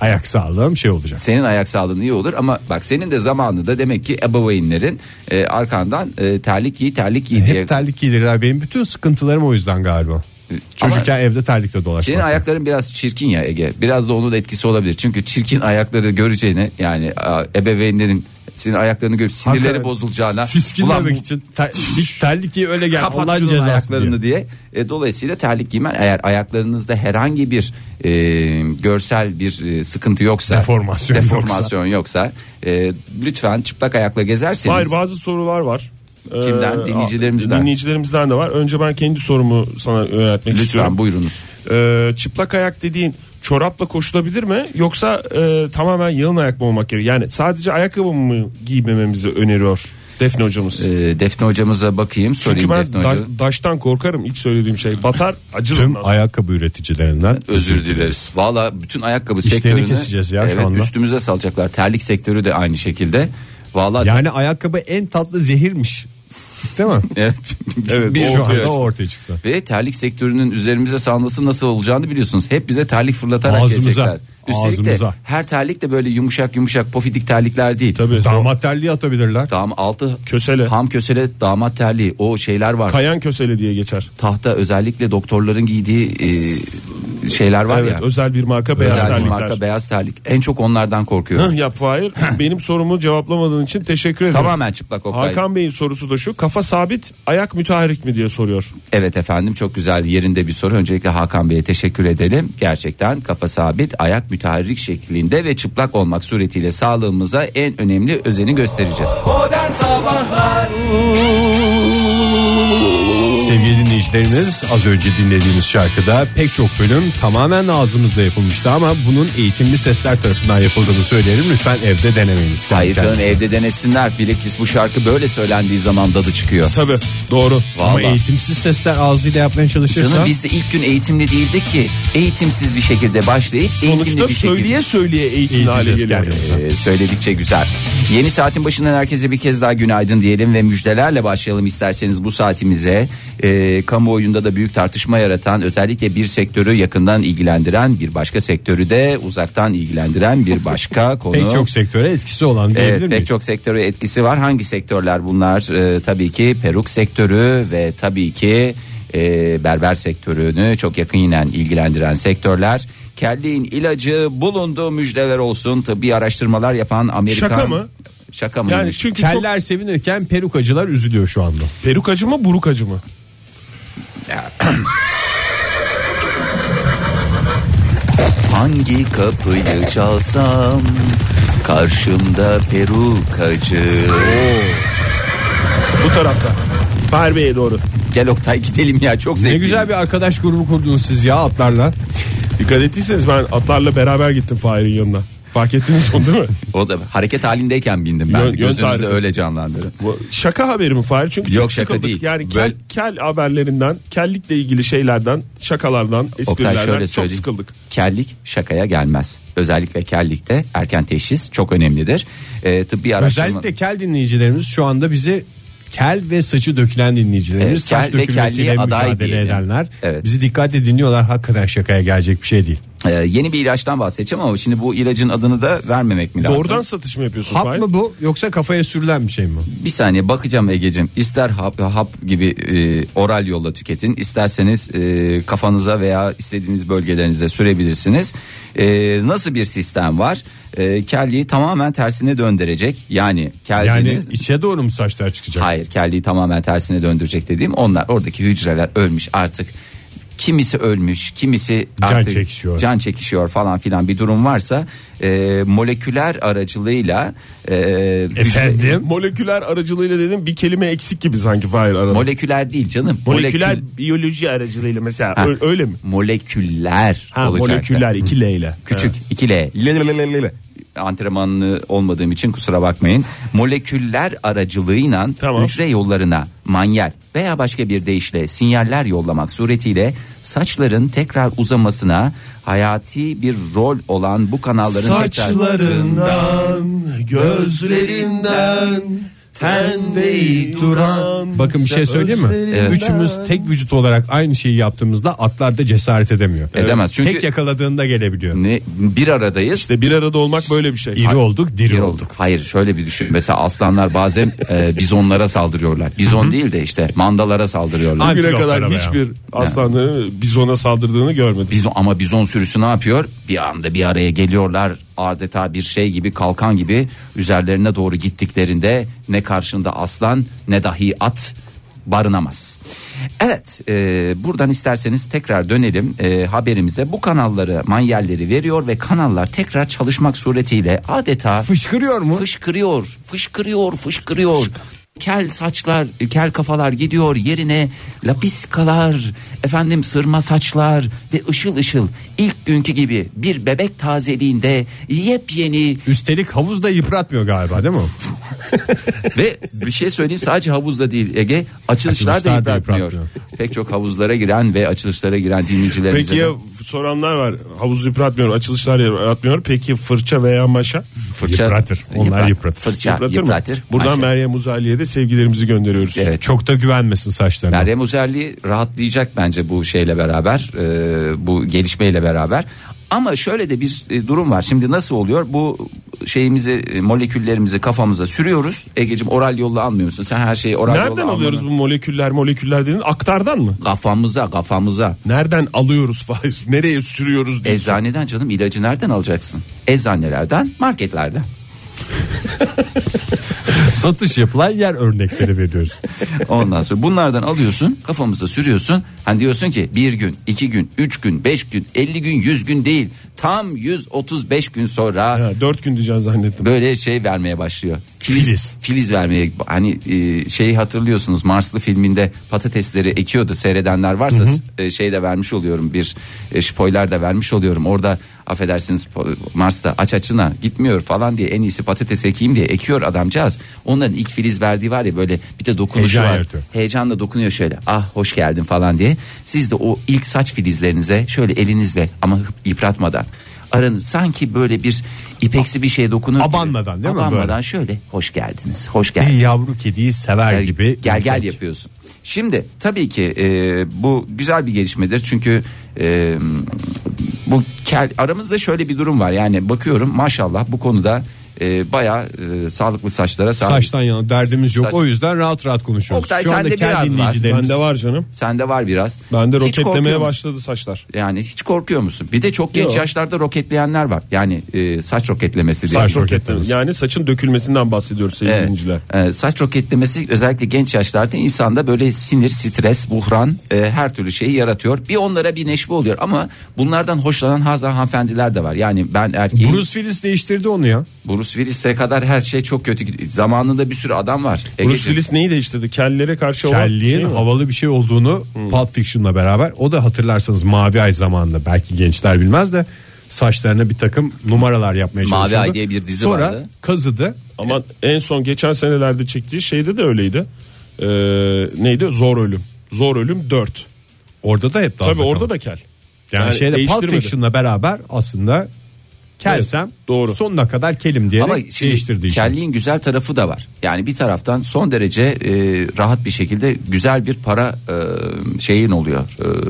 C: ayak sağlığım şey olacak.
D: Senin ayak sağlığın iyi olur ama bak senin de zamanında demek ki ebeveynlerin e, arkandan e, terlik giy terlik giy diye Ee,
C: Hep terlik giydirirler. Benim bütün sıkıntılarım o yüzden galiba. Çocukken evde terlikle dolaşmak.
D: Senin ayakların biraz çirkin ya Ege. Biraz da onun da etkisi olabilir. Çünkü çirkin ayakları göreceğine yani a, ebeveynlerin senin ayaklarını görüp sinirleri
C: Hakikaten.
D: bozulacağına. ulan bu-
C: Fiskinlemek için ter, bir terlik giy öyle gel.
D: Kapat
C: Allah'ın
D: şunun
C: cezası diye.
D: ayaklarını diye. E, dolayısıyla terlik giymen eğer ayaklarınızda herhangi bir e, görsel bir e, sıkıntı yoksa
C: Deformasyon
D: deformasyon yoksa, e, lütfen çıplak ayakla gezerseniz.
E: Hayır bazı sorular var. Ee,
D: Kimden? Dinleyicilerimizden.
E: Dinleyicilerimizden de var. Önce ben kendi sorumu sana yöneltmek
D: Lütfen
E: istiyorum.
D: buyurunuz.
E: Ee, çıplak ayak dediğin çorapla koşulabilir mi? Yoksa e, tamamen yalın ayak mı olmak gerekiyor? Yani sadece ayakkabı mı giymememizi öneriyor Defne hocamız?
D: E, Defne hocamıza bakayım.
E: Çünkü
D: Sorayım
E: ben
D: Defne
E: da-
D: hocam.
E: daştan korkarım ilk söylediğim şey.
D: [LAUGHS]
E: Batar acır
C: Tüm
E: ondan sonra.
C: ayakkabı üreticilerinden
D: Özür dileriz. Valla bütün ayakkabı
C: İşlerini
D: sektörünü
C: keseceğiz ya şu
D: evet,
C: anda.
D: üstümüze salacaklar. Terlik sektörü de aynı şekilde. Valla
C: Yani ayakkabı en tatlı zehirmiş. Değil mi?
D: [LAUGHS] evet.
E: Evet,
D: [LAUGHS] bir
E: o
C: Şu
E: ortaya
C: anda o
E: çıktı.
C: ortaya çıktı.
D: ve terlik sektörünün üzerimize salması nasıl olacağını biliyorsunuz. Hep bize terlik fırlatarak
C: Ağzımıza,
D: gelecekler. Üstelik
C: ağzımıza.
D: de her terlik de böyle yumuşak yumuşak pofidik terlikler değil.
E: Tabii.
C: Damat terliği atabilirler.
D: Tamam altı
E: Kösele.
D: ham kösele damat terliği o şeyler var.
E: Kayan kösele diye geçer.
D: Tahta özellikle doktorların giydiği e, şeyler var
E: evet
D: ya.
E: özel bir marka beyaz
D: Özel bir
E: terlikler.
D: marka beyaz terlik. En çok onlardan korkuyorum.
E: Hah, [LAUGHS] Yap
D: [LAUGHS]
E: Fahir. Benim sorumu cevaplamadığın için teşekkür ederim.
D: Tamamen çıplak Oktay.
E: Hakan Bey'in sorusu da şu. Kafa sabit, ayak müteahhit mi diye soruyor.
D: Evet efendim çok güzel yerinde bir soru. Öncelikle Hakan Bey'e teşekkür edelim. Gerçekten kafa sabit, ayak müteharrik şeklinde ve çıplak olmak suretiyle sağlığımıza en önemli özeni göstereceğiz.
B: Modern Sabahlar
C: Sevgili dinleyicilerimiz az önce dinlediğimiz şarkıda pek çok bölüm tamamen ağzımızda yapılmıştı ama bunun eğitimli sesler tarafından yapıldığını söyleyelim. Lütfen evde denemeyiniz. kendi
D: Hayır canım
C: kendinize.
D: evde denesinler. Bilakis bu şarkı böyle söylendiği zaman dadı çıkıyor.
E: Tabii doğru.
C: Ama
D: Vallahi.
C: eğitimsiz sesler ağzıyla yapmaya çalışırsa
D: Canım biz de ilk gün eğitimli değildik ki. Eğitimsiz bir şekilde başlayıp eğitimli
E: Sonuçta
D: bir şekilde...
E: söyleye söyleye eğitimli hale
C: eğiteceğiz
E: geliyor.
C: kendimizi.
D: Ee, söyledikçe güzel. Yeni saatin başından herkese bir kez daha günaydın diyelim ve müjdelerle başlayalım isterseniz bu saatimize. Ee, kamuoyunda da büyük tartışma yaratan özellikle bir sektörü yakından ilgilendiren bir başka sektörü de uzaktan ilgilendiren bir başka konu.
C: pek çok sektöre etkisi olan diyebilir
D: Evet,
C: miyiz?
D: pek çok sektöre etkisi var. Hangi sektörler bunlar? Ee, tabii ki peruk sektörü ve tabii ki e, berber sektörünü çok yakinen ilgilendiren sektörler. Kelliğin ilacı bulundu müjdeler olsun. Tıbbi araştırmalar yapan Amerikan...
E: Şaka mı?
D: Şaka mı?
E: Yani çünkü çok
C: Keller sevinirken perukacılar üzülüyor şu anda.
E: peruk acı mı buruk acı mı?
D: Hangi kapıyı çalsam karşımda perukacı.
E: Bu tarafta. Fahir Bey'e doğru.
D: Gel Oktay gidelim ya çok
C: Ne
D: zevkli.
C: güzel bir arkadaş grubu kurdunuz siz ya atlarla.
E: Dikkat ettiyseniz ben atlarla beraber gittim Fahir'in yanına. Fark ettiniz onu değil mi? [LAUGHS]
D: O da hareket halindeyken bindim ben.
E: Yön- yön
D: Gözünüzü de
E: tarifi.
D: öyle canlandırın.
E: Bu şaka haberi mi Fahir? Çünkü
D: Yok,
E: çok
D: şaka
E: sıkıldık.
D: değil.
E: Yani kel,
D: Böyle-
E: kel haberlerinden, kellikle ilgili şeylerden, şakalardan,
D: Oktay şöyle
E: esprilerden çok
D: söyleyeyim.
E: sıkıldık.
D: Kellik şakaya gelmez. Özellikle kellikte erken teşhis çok önemlidir. Ee, tıbbi araştırma.
C: Özellikle kel dinleyicilerimiz şu anda bizi kel ve saçı dökülen dinleyicilerimiz,
D: Evet, kel
C: saç
D: ve kelliğe
C: dökülmesiyle
D: aday
C: mücadele
D: diyelim.
C: edenler
D: Evet.
C: bizi dikkatle dinliyorlar. Hakikaten şakaya gelecek bir şey değil.
D: Ee, yeni bir ilaçtan bahsedeceğim ama şimdi bu ilacın adını da vermemek mi lazım?
E: Doğrudan satış mı yapıyorsun?
C: Hap
E: Fahir?
C: mı bu yoksa kafaya sürülen bir şey mi?
D: Bir saniye bakacağım Ege'cim. İster hap, hap gibi e, oral yolla tüketin. isterseniz e, kafanıza veya istediğiniz bölgelerinize sürebilirsiniz. E, nasıl bir sistem var? E, kelliği tamamen tersine döndürecek. Yani
C: Yani
D: kelliğiniz...
C: içe doğru mu saçlar çıkacak?
D: Hayır kelliği tamamen tersine döndürecek dediğim onlar oradaki hücreler ölmüş artık. Kimisi ölmüş, kimisi
C: Can
D: artık
C: çekişiyor.
D: can çekişiyor falan filan bir durum varsa e, moleküler aracılığıyla e, hücre-
C: Efendim?
E: Moleküler aracılığıyla dedim bir kelime eksik gibi sanki Fahir arada.
D: moleküler değil canım.
E: moleküler
D: Molekül-
E: biyoloji aracılığıyla mesela
D: Ha.
E: ö- öyle mi?
D: moleküller
E: Ha,
D: olacak.
E: moleküler 2 L ile.
D: Küçük ikile. Antrenmanlı olmadığım için kusura bakmayın. Moleküller aracılığıyla
E: Tamam.
D: hücre yollarına manyel veya başka bir deyişle sinyaller yollamak suretiyle saçların tekrar uzamasına hayati bir rol olan bu kanalların tekrar
E: Saçlarından, gözlerinden, tendeyi duran.
C: Bakın bir şey söyleyeyim mi?
D: Evet.
C: Üçümüz tek vücut olarak aynı şeyi yaptığımızda atlar da cesaret edemiyor.
D: Edemez çünkü-
C: Tek yakaladığında gelebiliyor.
D: ne bir aradayız.
E: İşte bir arada olmak böyle bir şey.
C: İri olduk, diri
D: Bir
C: olduk.
D: olduk. Hayır şöyle bir düşün. Mesela aslanlar bazen e, bizonlara saldırıyorlar. Bizon değil de işte mandalara saldırıyorlar.
C: Abi-
E: Bugüne
C: Antiloplara
E: kadar
C: bayağı.
E: hiçbir aslanın bizona saldırdığını görmedim.
D: Bizon ama bizon sürüsü ne yapıyor? Bir anda bir araya geliyorlar. Adeta bir şey gibi kalkan gibi üzerlerine doğru gittiklerinde ne karşında aslan ne dahi at barınamaz. Evet e, buradan isterseniz tekrar dönelim e, haberimize. Bu kanalları manyelleri veriyor ve kanallar tekrar çalışmak suretiyle adeta
C: Fışkırıyor mu?
D: Fışkırıyor, fışkırıyor, fışkırıyor. Kel saçlar, kel kafalar gidiyor yerine lapiskalar, efendim sırma saçlar ve ışıl ışıl ilk günkü gibi bir bebek tazeliğinde yepyeni
C: Üstelik havuz da yıpratmıyor galiba değil mi?
E: [LAUGHS]
D: ve bir şey söyleyeyim sadece havuzda değil Ege açılışlar,
C: Açılışlar da
D: da yıpratmıyor.
C: yıpratmıyor.
D: Pek çok havuzlara giren ve açılışlara giren dinleyicilerimize
E: Peki ya soranlar var. Havuz yıpratmıyor, açılışlar yıpratmıyor. Peki fırça veya maşa?
D: fırça
C: Yıpratır, onlar
D: yıprat-
C: yıpratır.
D: Fırça yıpratır.
E: Yıpratır mı? Buradan
D: Maşallah.
E: Meryem Uzaylı'ya da sevgilerimizi gönderiyoruz.
D: Evet.
C: Çok da güvenmesin saçlarına.
D: Meryem Uzerli rahatlayacak bence bu şeyle beraber e, bu gelişmeyle beraber. Ama şöyle de bir e, durum var. Şimdi nasıl oluyor? Bu şeyimizi e, moleküllerimizi kafamıza sürüyoruz. Egeciğim oral yolla almıyorsun. Sen her şeyi oral yolla
E: Nereden alıyoruz
D: almanı-
E: bu moleküller moleküller dediğin aktardan mı?
D: Kafamıza kafamıza.
E: Nereden alıyoruz [LAUGHS] Fahir? Nereye sürüyoruz diye.
D: Eczaneden canım ilacı nereden alacaksın? Eczanelerden marketlerden.
E: [LAUGHS]
C: Satış yapılan yer
D: [LAUGHS]
C: örnekleri veriyoruz.
D: Ondan sonra bunlardan alıyorsun kafamıza sürüyorsun. Hani diyorsun ki bir gün, iki gün, üç gün, beş gün, elli gün, yüz gün değil. Tam 135 gün sonra
E: Ha, dört gün diyeceğim zannettim.
D: böyle şey vermeye başlıyor. Filiz.
C: Filiz.
D: Filiz, vermeye hani e, şeyi hatırlıyorsunuz Marslı filminde patatesleri ekiyordu seyredenler varsa e, şey de vermiş oluyorum bir e, spoiler de vermiş oluyorum. Orada affedersiniz po- Mars'ta aç açına gitmiyor falan diye en iyisi patates ekeyim diye ekiyor adamcağız. Onların ilk filiz verdiği var ya böyle bir de dokunuşu
C: Heyecan
D: var.
C: yaratıyor.
D: Heyecanla dokunuyor şöyle ah hoş geldin falan diye. Siz de o ilk saç filizlerinize şöyle elinizle ama yıpratmadan aranız sanki böyle bir ipeksi bir şeye dokunur gibi.
C: Abanmadan değil mi böyle?
D: Abanmadan şöyle hoş geldiniz hoş
C: Bir
D: geldiniz.
C: yavru kediyi sever
D: Gel,
C: gibi.
D: gel gel yapıyorsun. Şimdi tabii ki e, bu güzel bir gelişmedir çünkü e, bu kel, aramızda şöyle bir durum var yani bakıyorum maşallah bu konuda e, bayağı e, sağlıklı saçlara sahip.
C: Saçtan yana derdimiz yok.
D: Saç-
C: o yüzden rahat rahat konuşuyoruz.
D: Oktay,
C: Şu anda
D: sende biraz var.
C: kendi dinleyicilerimiz.
E: Bende var canım.
D: Sende var biraz.
E: Bende
D: Hiç korkuyor
E: roketlemeye
D: musun?
E: başladı saçlar.
D: Yani hiç korkuyor musun? Bir de çok genç
E: Yok.
D: yaşlarda roketleyenler var. Yani e, saç roketlemesi diye.
E: Saç roketleme.
C: roketlemesi.
E: Yani saçın dökülmesinden bahsediyoruz sevgili
D: Evet.
E: dinleyiciler.
D: E, saç roketlemesi özellikle genç yaşlarda insanda böyle sinir, stres, buhran e, her türlü şeyi yaratıyor. Bir onlara bir neşve oluyor ama bunlardan hoşlanan haza hanımefendiler de var. Yani ben erkeğim. Bruce,
C: Bruce Willis değiştirdi onu ya.
D: Willis'e kadar her şey çok kötü. gidiyor. Zamanında bir sürü adam var. E,
E: Bruce
D: Egeciğim.
E: Willis neyi değiştirdi? Kellere karşı olan
C: Kelly'in
E: şey mi?
C: havalı bir şey olduğunu
D: Hmm.
C: Pulp Fiction'la beraber o da hatırlarsanız Mavi Ay zamanında belki gençler bilmez de saçlarına bir takım numaralar yapmaya
D: Mavi
C: çalışıyordu.
D: Ay diye bir dizi
C: Sonra
D: vardı.
C: kazıdı.
E: Ama en son geçen senelerde çektiği şeyde de öyleydi. Ee, neydi? Zor Ölüm. Zor Ölüm 4.
C: Orada da hep daha
E: Tabii orada da kel.
C: yani, şeyde Pulp
E: değiştirmedi.
C: Fiction'la beraber aslında kelsem
E: doğru.
C: sonuna kadar kelim diyerek
D: Ama
C: değiştirdi
D: şimdi
C: işi.
D: kelliğin güzel tarafı da var. Yani bir taraftan son derece e, rahat bir şekilde güzel bir para e, şeyin oluyor.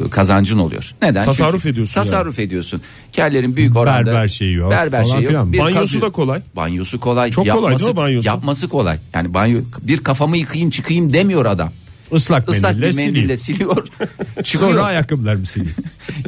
D: e, kazancın oluyor. Neden?
E: Tasarruf ediyorsun
D: Tasarruf ediyorsun. Kellerin büyük oranda
C: Berber şeyi yok,
D: Berber
C: falan
D: şeyi yok.
C: filan.
E: Banyosu da kolay.
D: Banyosu kolay.
E: Çok kolay değil mi banyosu?
D: Yapması kolay. Yani banyo bir kafamı yıkayayım çıkayım demiyor adam.
C: Islak,
D: Islak
C: mendille
D: bir
E: [LAUGHS]
D: mendille
C: sileyim.
D: siliyor. çıkıyor.
C: Sonra
D: [LAUGHS]
C: ayakkabılarımı sileyim.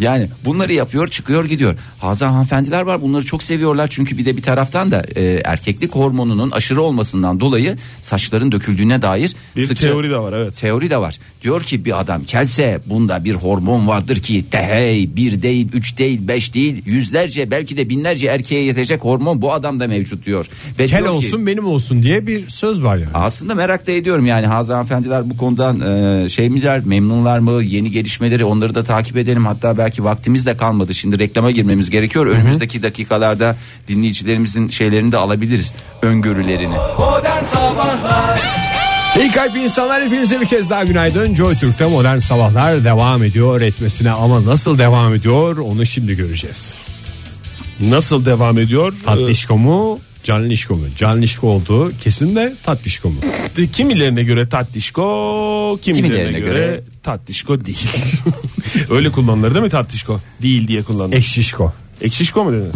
D: Yani bunları yapıyor çıkıyor gidiyor. Hazan hanımefendiler var bunları çok seviyorlar. Çünkü bir de bir taraftan da e, erkeklik hormonunun aşırı olmasından dolayı saçların döküldüğüne dair
E: Bir teori de var, evet.
D: Teori de var. Diyor ki bir adam kelse bunda bir hormon vardır ki tehey bir değil üç değil beş değil yüzlerce belki de binlerce erkeğe yetecek hormon bu adamda mevcut diyor. Ve
C: Kel
D: diyor ki-
C: olsun benim olsun diye bir söz var yani.
D: aslında merak da ediyorum yani Hazan Efendiler bu konudan e, şey miler memnunlar mı yeni gelişmeleri onları da takip edelim hatta belki vaktimiz de kalmadı şimdi reklama girmemiz gerekiyor önümüzdeki dakikalarda dinleyicilerimizin şeylerini de alabiliriz öngörülerini.
B: Modern Sabahlar
C: İyi kalp insanlar hepinize bir kez daha günaydın. Joy Türk'te modern sabahlar devam ediyor etmesine ama nasıl devam ediyor onu şimdi göreceğiz.
E: Nasıl devam ediyor? Ee,
C: Tatlişko mu? Canlişko mu? Canlişko olduğu kesin de Tatlişko mu?
E: Ee, kimilerine göre tatlışko, kimilerine,
D: Kimilerine
E: göre,
D: göre-
E: tatlışko değil. [LAUGHS] Öyle kullanılır değil mi tatlışko? Değil diye kullanılır.
C: Ekşişko.
E: Ekşişko mu dediniz?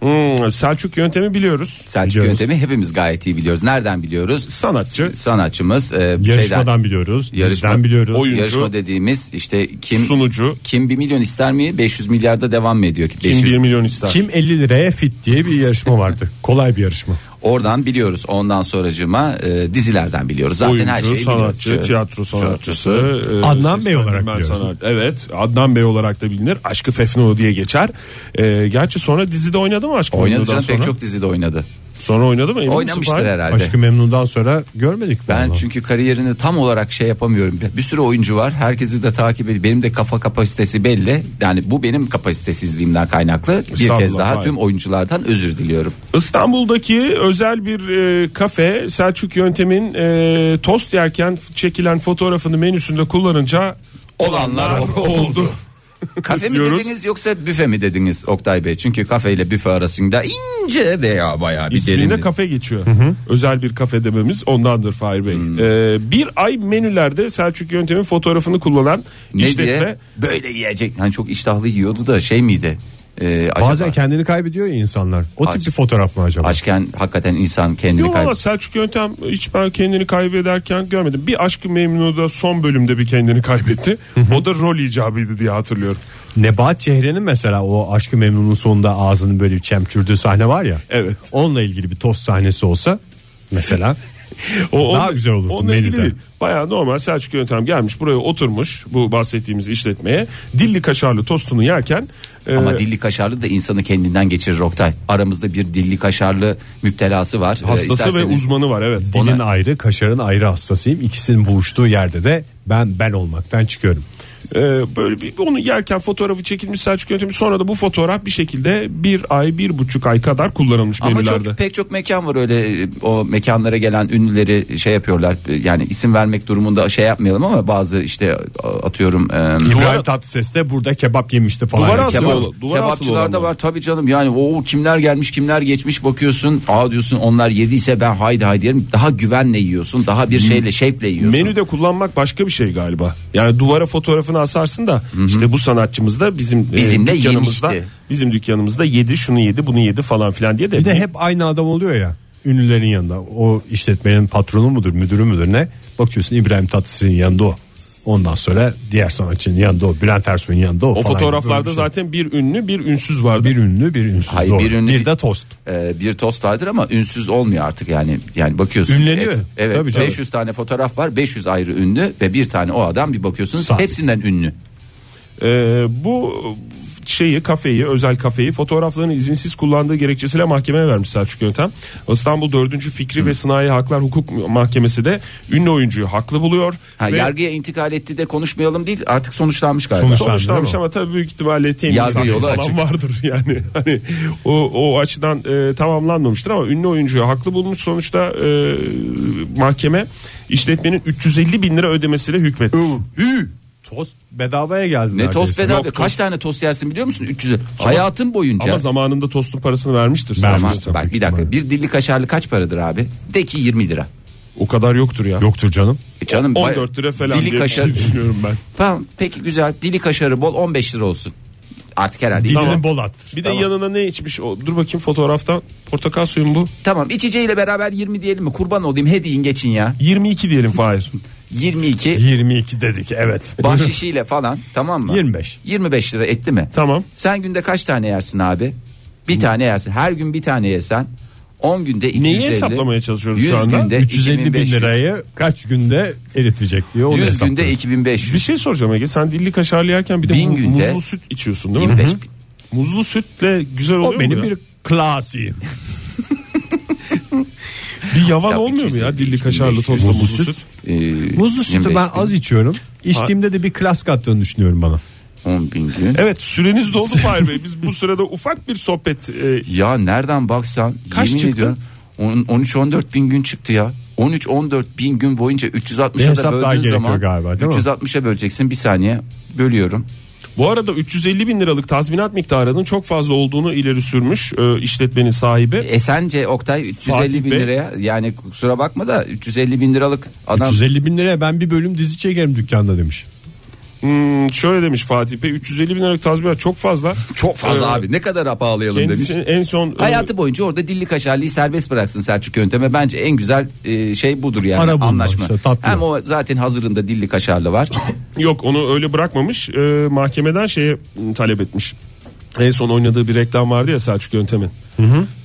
E: Hmm, Selçuk yöntemi biliyoruz.
D: Selçuk
C: Biliyoruz.
D: yöntemi hepimiz gayet iyi biliyoruz. Nereden biliyoruz?
E: Sanatçı,
D: Sanatçımız e,
C: Yarışmadan
D: şeyden-
C: biliyoruz.
D: Yarışma-
C: Yarışmadan biliyoruz.
E: Oy- oyuncu.
D: Yarışma dediğimiz işte kim
E: sunucu,
D: kim bir milyon ister mi? 500 milyarda devam mı ediyor ki?
E: kim 1 milyon ister.
C: Kim 50 liraya fit diye bir yarışma [LAUGHS] vardı. Kolay bir yarışma.
D: Oradan biliyoruz. Ondan sonracığıma e, dizilerden biliyoruz. Zaten
E: Oyuncu,
D: her şeyi
E: sanatçı,
D: biliyoruz.
E: tiyatro sanatçısı. e,
C: Adnan
E: seslendirmen
C: Bey olarak biliyoruz.
E: evet, Adnan Bey olarak da bilinir. Aşkı Fefno diye geçer. E, gerçi sonra dizide oynadı mı Aşkı
D: Oynadı
E: Fefno'dan
D: canım
E: sonra?
D: pek çok dizide oynadı.
E: Sonra oynadı mı? Emin misin
D: Oynamıştır
E: Fahir?
D: herhalde.
C: Aşkı Memnun'dan sonra görmedik
D: ben
C: vallahi.
D: çünkü kariyerini tam olarak şey yapamıyorum. Bir sürü oyuncu var. Herkesi de takip ediyor. Benim de kafa kapasitesi belli. Yani bu benim kapasitesizliğimden kaynaklı. Bir
E: Estağfurullah,
D: kez daha
E: hayır.
D: tüm oyunculardan özür diliyorum.
E: İstanbul'daki özel bir e, kafe Selçuk Yöntem'in e, tost yerken f- çekilen fotoğrafını menüsünde kullanınca
D: Olanlar oldu. Kafe mi
E: Diyoruz.
D: dediniz yoksa büfe mi dediniz Oktay Bey? Çünkü kafe ile büfe arasında ince veya bayağı bir
E: isminde
D: derin.
E: kafe geçiyor. Özel bir kafe dememiz ondandır Fahir Bey.
D: Hmm.
E: E, bir ay menülerde Selçuk Yöntem'in fotoğrafını kullanan
D: Ne
E: işletme
D: diye? Böyle yiyecek. Hani çok iştahlı yiyordu da şey miydi? Ee, acaba-
C: Bazen kendini kaybediyor ya insanlar. O tip
D: Aşk-
C: bir fotoğraf mı acaba?
D: Açken hakikaten insan kendini
E: Yok valla
D: kaybediyor.
E: Selçuk Yöntem hiç ben kendini kaybederken görmedim. Bir aşkı memnu da son bölümde bir kendini kaybetti. o da rol icabıydı diye hatırlıyorum.
C: Nebahat Cehre'nin mesela o Aşkı Memnun'un sonunda ağzını böyle bir çemçürdüğü sahne var ya.
E: Evet.
C: Onunla ilgili bir tost sahnesi olsa
E: [LAUGHS]
C: mesela
E: O,
C: Daha
E: onunla-
C: güzel olurdu
E: onunla ilgili
C: menüden.
E: değil. Bayağı normal Selçuk Yöntem gelmiş buraya oturmuş bu bahsettiğimiz işletmeye. Dilli kaşarlı tostunu yerken e,
D: Ama dilli kaşarlı da insanı kendinden geçirir Oktay. Aramızda bir dilli kaşarlı müptelası var. Ee,
E: hastası ve
D: isterseniz-
E: uzmanı var evet.
C: dilin
D: Ona-
C: ayrı kaşarın ayrı hastasıyım. İkisinin buluştuğu yerde de ben ben olmaktan çıkıyorum.
E: E, böyle bir onu yerken fotoğrafı çekilmiş Selçuk Yöntem sonra da bu fotoğraf bir şekilde bir ay bir buçuk ay kadar kullanılmış
D: Ama
E: menülerde.
D: çok pek çok mekan var öyle e, o mekanlara gelen ünlüleri şey yapıyorlar. E, Yani isim vermek durumunda şey yapmayalım ama bazı işte a- atıyorum e,
C: İbrahim Tatlıses de burada kebap yemişti falan.
E: Duvara
C: Yani
E: asılı
C: kebap-
E: olan- duvar asılı
D: kebapçılar da
E: olanlar.
D: var tabii canım yani o kimler gelmiş kimler geçmiş bakıyorsun aa diyorsun onlar yediyse ben haydi haydi yerim daha güvenle yiyorsun daha bir şeyle şevkle yiyorsun.
E: Menüde kullanmak başka bir şey galiba. Yani duvara fotoğrafını asarsın da işte bu sanatçımız da bizim e,
D: Bizimle
E: dükkanımızda
D: yemişti.
E: bizim dükkanımızda yedi şunu yedi bunu yedi falan filan diye de.
C: Bir de hep aynı adam oluyor ya. Ünlülerin yanında. O işletmenin patronu mudur, müdürü müdür ne? Bakıyorsun İbrahim Tatlıses'in yanında o. Ondan sonra diğer sanatçının yanında o. Bülent Ersoy'un yanında o.
E: o
C: falan.
E: fotoğraflarda
C: Böyle
E: zaten bir ünlü bir ünsüz vardı.
C: bir ünlü bir ünsüz
D: Hayır,
C: doğru.
D: bir
C: Bir,
D: ünlü-
C: de tost.
D: Ee, bir tost vardır ama ünsüz olmuyor artık yani yani bakıyorsun
C: Ünleniyor.
D: Evet, evet
C: Tabii canım.
D: 500 tane fotoğraf var 500 ayrı ünlü ve bir tane o adam bir bakıyorsunuz
C: Sahte.
D: hepsinden ünlü
E: Ee, bu şeyi kafeyi özel kafeyi fotoğraflarını izinsiz kullandığı gerekçesiyle mahkemeye vermiş Selçuk Yöntem. İstanbul 4. Fikri ve Sınai Haklar Hukuk Mahkemesi de ünlü oyuncuyu haklı buluyor.
D: ha,
E: ve
D: yargıya intikal etti de konuşmayalım değil artık sonuçlanmış galiba
C: Sonuç-
E: sonuçlanmış
C: Değil mi?
E: ama tabii büyük ihtimalle temiz
D: Yargı
E: haklı
D: yolu
E: falan
D: açık.
E: vardır [LAUGHS] yani. Hani o o açıdan e, tamamlanmamıştır ama ünlü oyuncuyu haklı bulmuş sonuçta e, mahkeme işletmenin 350 bin lira ödemesiyle hükmetmiş.
C: Tost bedavaya geldi.
D: Ne tost
C: neredeyse.
D: bedava?
C: Yok,
D: Kaç tane tost yersin biliyor musun? 300. Hayatın boyunca.
E: Ama zamanında tostun parasını vermiştir.
C: Ben-
E: Sen.
D: Ama
C: Vermiştir
D: bak
C: büyük
D: bir dakika. Bir dilli kaşarlı kaç paradır abi? De ki 20 lira.
E: O kadar yoktur ya.
C: Yoktur canım.
D: E canım bay-
E: 14 lira falan
D: Dili
E: diye şey
D: kaşar.
E: düşünüyorum ben.
D: Tamam peki güzel. Dili kaşarı bol 15 lira olsun. Artık herhalde.
C: Dilini
D: Tamam.
C: bol attır.
E: Bir de yanına ne içmiş? O, dur bakayım fotoğraftan. Portakal suyu mu bu?
D: Tamam içeceğiyle beraber 20 diyelim mi? Kurban olayım hediyin geçin ya.
E: 22 diyelim
D: [LAUGHS]
E: Fahir. [LAUGHS]
D: 22
C: 22 dedik evet.
D: bahşişiyle falan tamam mı?
C: 25.
D: 25 lira etti mi?
E: Tamam.
D: Sen günde kaç tane yersin abi? Bir tane yersin. Her gün bir tane yesen 10 günde 250.
E: Neyi hesaplamaya çalışıyoruz şu
D: 100
E: anda?
D: günde
C: 350 bin
D: 2500.
C: lirayı kaç günde eritecek diye onu
D: 100 günde
C: hesaplıyoruz.
D: 2500.
E: Bir şey soracağım Ege. Sen dilli kaşarlı yerken bir de
D: Bin
E: mu-
D: günde
E: muzlu süt içiyorsun değil mi?
D: 25
E: Hı hı. Muzlu sütle güzel oluyor
C: O benim
E: mu ya?
C: bir klasiğim.
E: Bir yavan
D: Ya
E: olmuyor mu
D: 250,
E: ya dilli
D: 250,
E: kaşarlı tostla
D: 250.
E: muzlu süt?
D: Ee,
C: Muzlu sütü
D: 25
C: ben az içiyorum. İçtiğimde de bir klas kattığını düşünüyorum bana.
D: 10 bin gün.
E: Evet süreniz doldu Fahir Bey. Biz bu sırada ufak bir sohbet e,
D: Ya nereden baksan
E: Kaç
D: yemin
E: çıktı?
D: ediyorum 13-14 bin gün çıktı ya. 13-14 bin gün boyunca
C: Bir
D: 360'a da
C: hesap daha
D: böldüğün
C: gerekiyor
D: zaman
C: galiba, değil mi?
D: 360'a böleceksin bir saniye bölüyorum.
E: Bu arada 350 bin liralık tazminat miktarının çok fazla olduğunu ileri sürmüş e, işletmenin sahibi.
D: E sence Oktay 350 bin
E: Bey.
D: liraya yani kusura bakma da 350 bin liralık adam
C: 350 bin liraya ben bir bölüm dizi çekerim dükkanda demiş.
E: Hmm, şöyle demiş Fatih Bey 350 bin liralık tazminat çok fazla.
D: çok fazla
E: Ee,
D: abi ne kadar pahalayalım demiş.
E: Kendisinin en son e,
D: Hayatı boyunca orada dilli kaşarlıyı serbest bıraksın Selçuk yönteme. Bence en güzel e, şey budur yani
C: Ara bulma,
D: anlaşma.
C: işte tatlı.
D: Hem o zaten hazırında dilli kaşarlı
C: [LAUGHS]
D: var.
E: Yok onu öyle bırakmamış. Ee, mahkemeden şeye m, talep etmiş. En son oynadığı bir reklam vardı ya Selçuk Yöntem'in.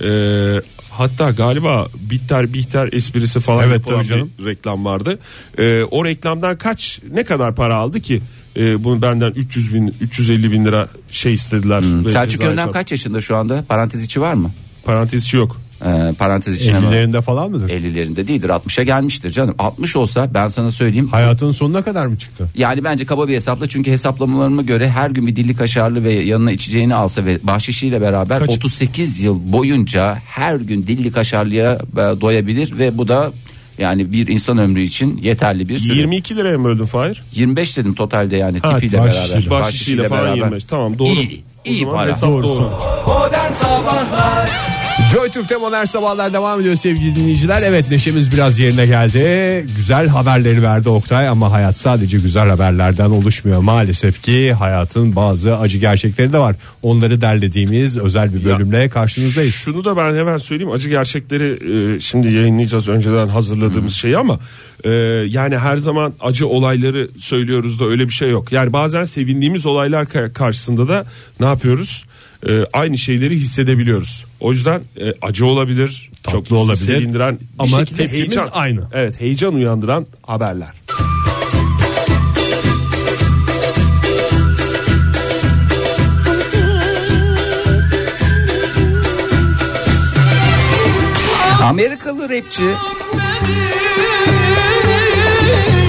E: Ee, hatta galiba bitter bihter esprisi falan
C: Evet,
E: yapılan
C: tabii canım.
E: bir reklam vardı. Ee, o reklamdan kaç ne kadar para aldı ki? Ee, bunu benden 300 bin 350 bin lira şey istediler. Ve
D: Selçuk
E: ceza
D: yöntem
E: hesap-
D: kaç yaşında şu anda? Parantez içi var mı?
E: Parantez içi yok.
D: Ee, parantez içine mi?
C: 50'lerinde falan mıdır?
D: 50'lerinde değildir 60'a gelmiştir canım 60 olsa ben sana söyleyeyim
C: Hayatının sonuna kadar mı çıktı?
D: yani bence kaba bir hesapla çünkü hesaplamalarıma göre her gün bir dilli kaşarlı ve yanına içeceğini alsa ve bahşişiyle beraber
E: Kaç-
D: 38 yıl boyunca her gün dilli kaşarlıya e, doyabilir ve bu da yani bir insan ömrü için yeterli bir süre.
E: 22 liraya mı öldün Fahir?
D: 25 dedim totalde yani
E: Ha,
D: tipiyle
C: bahşişiyle.
D: beraber.
E: Bahşişiyle falan 25. Tamam doğru.
D: İyi,
E: O
D: iyi
E: zaman
D: para.
E: hesap
C: Doğru
E: doğru.
C: sonuç.
B: Modern Sabahlar
C: Joy Türk'te modern sabahlar devam ediyor sevgili dinleyiciler. Evet neşemiz biraz yerine geldi. Güzel haberleri verdi Oktay ama hayat sadece güzel haberlerden oluşmuyor. Maalesef ki hayatın bazı acı gerçekleri de var. Onları derlediğimiz özel bir bölümle karşınızdayız.
E: Şunu da ben hemen söyleyeyim acı gerçekleri e, şimdi yayınlayacağız önceden hazırladığımız şeyi ama e, yani her zaman acı olayları söylüyoruz da öyle bir şey yok. Yani bazen sevindiğimiz olaylar ka- karşısında da ne yapıyoruz? E, aynı şeyleri hissedebiliyoruz. O yüzden e, acı olabilir,
C: Tatlı
E: çok bizi
C: olabilir.
E: sevindiren bir
C: Ama
E: şekilde
C: tepkimiz
E: heyecan-
C: aynı.
E: Evet, heyecan uyandıran haberler.
D: Amerikalı rapçi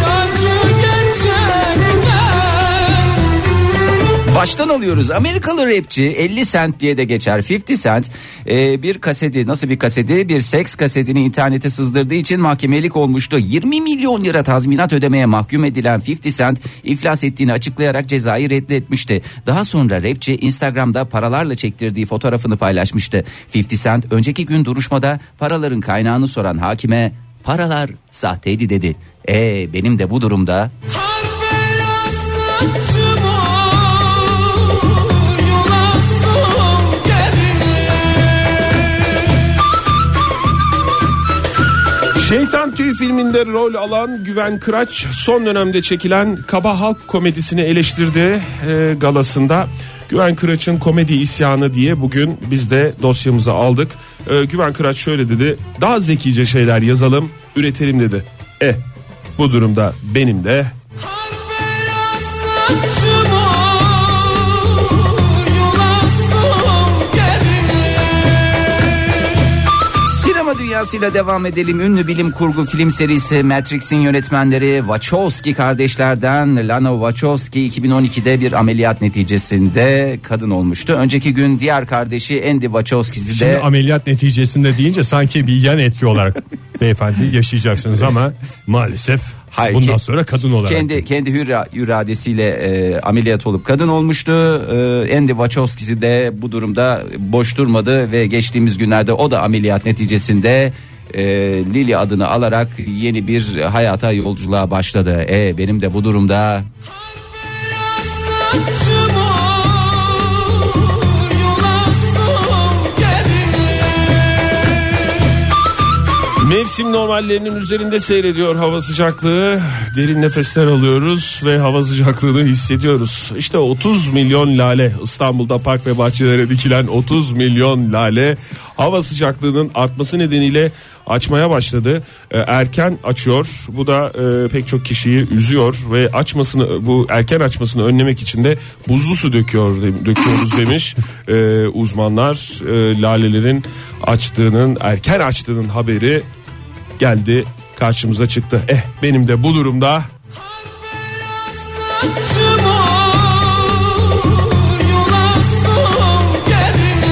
B: Acı gerçekten
D: Baştan alıyoruz. Amerikalı rapçi 50 cent diye de geçer. 50 cent e, bir kaseti nasıl bir kaseti bir seks kasetini internete sızdırdığı için mahkemelik olmuştu. 20 milyon lira tazminat ödemeye mahkum edilen 50 cent iflas ettiğini açıklayarak cezayı reddetmişti. Daha sonra rapçi Instagram'da paralarla çektirdiği fotoğrafını paylaşmıştı. 50 cent önceki gün duruşmada paraların kaynağını soran hakime paralar sahteydi dedi. E benim de bu durumda
B: Harber aslançım ol Yol alsın
E: Şeytan Tüy filminde rol alan Güven Kıraç son dönemde çekilen kaba halk komedisini eleştirdi e, galasında. Güven Kıraç'ın komedi isyanı diye bugün biz de dosyamızı aldık. E, Güven Kıraç şöyle dedi. Daha zekice şeyler yazalım, üretelim dedi. E bu durumda benim de
B: Harber aslançım ol Yol alsın
D: Sinema dünyasıyla devam edelim. Ünlü bilim kurgu film serisi Matrix'in yönetmenleri Wachowski kardeşlerden Lana Wachowski 2012'de bir ameliyat neticesinde kadın olmuştu. Önceki gün diğer kardeşi Andy Wachowski'si
C: Şimdi
D: de
C: ameliyat neticesinde deyince sanki bir yan etki olarak [LAUGHS] beyefendi yaşayacaksınız ama maalesef
D: Hayır,
C: bundan
D: ke-
C: sonra kadın olarak.
D: Kendi kendi hür iradesiyle e, ameliyat olup kadın olmuştu. E, Andy Wachowski'si de bu durumda boş durmadı ve geçtiğimiz günlerde o da ameliyat neticesinde e, Lily adını alarak yeni bir hayata yolculuğa başladı. E benim de bu durumda
B: Saçım ol, yolasım gelir.
E: Mevsim normallerinin üzerinde seyrediyor hava sıcaklığı. Derin nefesler alıyoruz ve hava sıcaklığını hissediyoruz. İşte 30 milyon lale İstanbul'da park ve bahçelere dikilen 30 milyon lale hava sıcaklığının artması nedeniyle açmaya başladı. Ee, Erken açıyor. Bu da e, pek çok kişiyi üzüyor ve açmasını bu erken açmasını önlemek için de buzlu su döküyor döküyoruz demiş Ee, uzmanlar. e, lalelerin açtığının erken açtığının haberi geldi karşımıza çıktı. Eh benim de bu durumda
B: Saçım ol, yolasım gelir.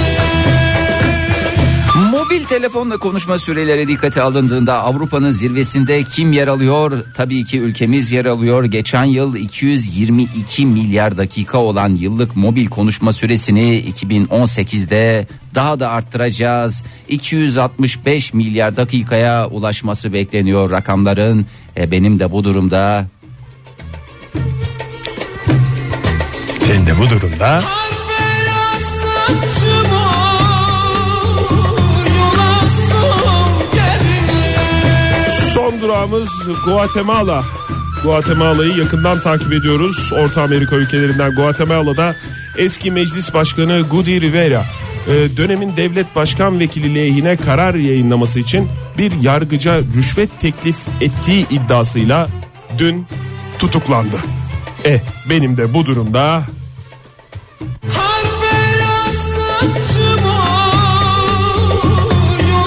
D: Mobil telefonla konuşma süreleri dikkate alındığında Avrupa'nın zirvesinde kim yer alıyor? Tabii ki ülkemiz yer alıyor. Geçen yıl 222 milyar dakika olan yıllık mobil konuşma süresini 2018'de daha da arttıracağız. 265 milyar dakikaya ulaşması bekleniyor rakamların. E, benim de bu durumda
C: Senin de bu durumda
B: Kar beyaz saçım ol, yolasım gelir.
E: son durağımız Guatemala. Guatemala'yı yakından takip ediyoruz. Orta Amerika ülkelerinden Guatemala'da eski meclis başkanı Gudi Rivera e, dönemin devlet başkan vekili lehine karar yayınlaması için bir yargıca rüşvet teklif ettiği iddiasıyla dün tutuklandı. Eh benim de bu durumda
B: Kar beyaz saçım ol,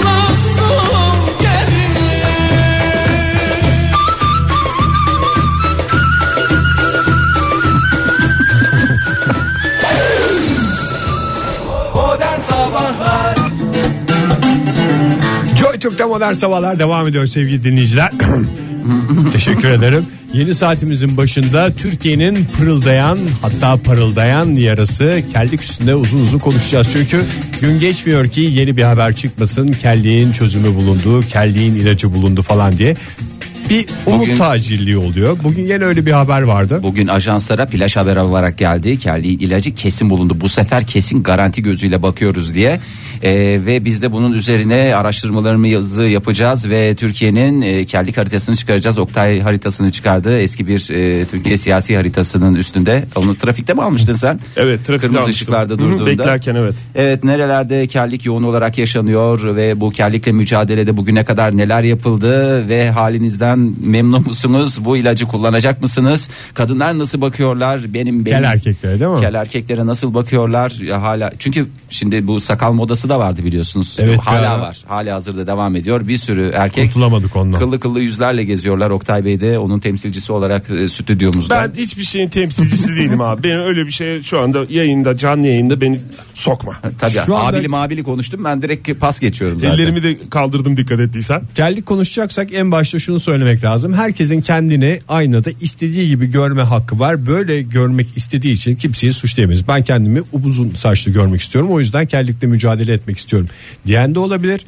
B: yolasım gelir.
C: Joy Türk'te modern sabahlar devam ediyor sevgili dinleyiciler. [CLEARS THROAT] Teşekkür ederim. Yeni saatimizin başında Türkiye'nin pırıldayan hatta parıldayan yarası kellik üstünde uzun uzun konuşacağız. Çünkü gün geçmiyor ki yeni bir haber çıkmasın. Kelliğin çözümü bulundu, kelliğin ilacı bulundu falan diye. Bir umut
D: Bugün-
C: tacirliği oluyor. Bugün yine öyle bir haber vardı.
D: Bugün ajanslara plaj haber olarak geldi. Kelly ilacı kesin bulundu. Bu sefer kesin garanti gözüyle bakıyoruz diye. Ee, ve biz de bunun üzerine araştırmalarımızı yapacağız ve Türkiye'nin e, kellik haritasını çıkaracağız. Oktay haritasını çıkardı. Eski bir e, Türkiye siyasi haritasının üstünde. Onu trafikte mi almıştın sen?
E: Evet, trafikte
D: Kırmızı
E: almıştım.
D: ışıklarda
E: Hı hı,
D: durduğunda.
E: beklerken, evet.
D: Evet nerelerde kellik yoğun olarak yaşanıyor ve bu kellikle mücadelede bugüne kadar neler yapıldı ve halinizden memnun musunuz? Bu ilacı kullanacak mısınız? Kadınlar nasıl bakıyorlar? Benim, benim
C: Kel erkeklere değil mi?
D: Kel erkeklere nasıl bakıyorlar? Ya hala çünkü şimdi bu sakal modası da vardı biliyorsunuz.
C: Evet, bir
D: hala
C: ara.
D: var. Hala hazırda devam ediyor. Bir sürü erkek
C: Kurtulamadık ondan.
D: Kıllı kıllı yüzlerle geziyorlar. Oktay Bey de onun temsilcisi olarak e, stüdyomuzda.
E: Ben hiçbir şeyin temsilcisi değilim abi. Benim öyle bir şey şu anda yayında canlı yayında beni sokma.
D: Tabii
C: Şu anda-
D: abili mabili konuştum. Ben direkt pas geçiyorum zaten.
E: Ellerimi de kaldırdım dikkat ettiysen.
C: Kellik konuşacaksak en başta şunu söylemek lazım. Herkesin kendini aynada istediği gibi görme hakkı var. Böyle görmek istediği için kimseyi suçlayamayız. Ben kendimi uzun saçlı görmek istiyorum. O yüzden kellikle mücadele etmek istiyorum diyen de olabilir.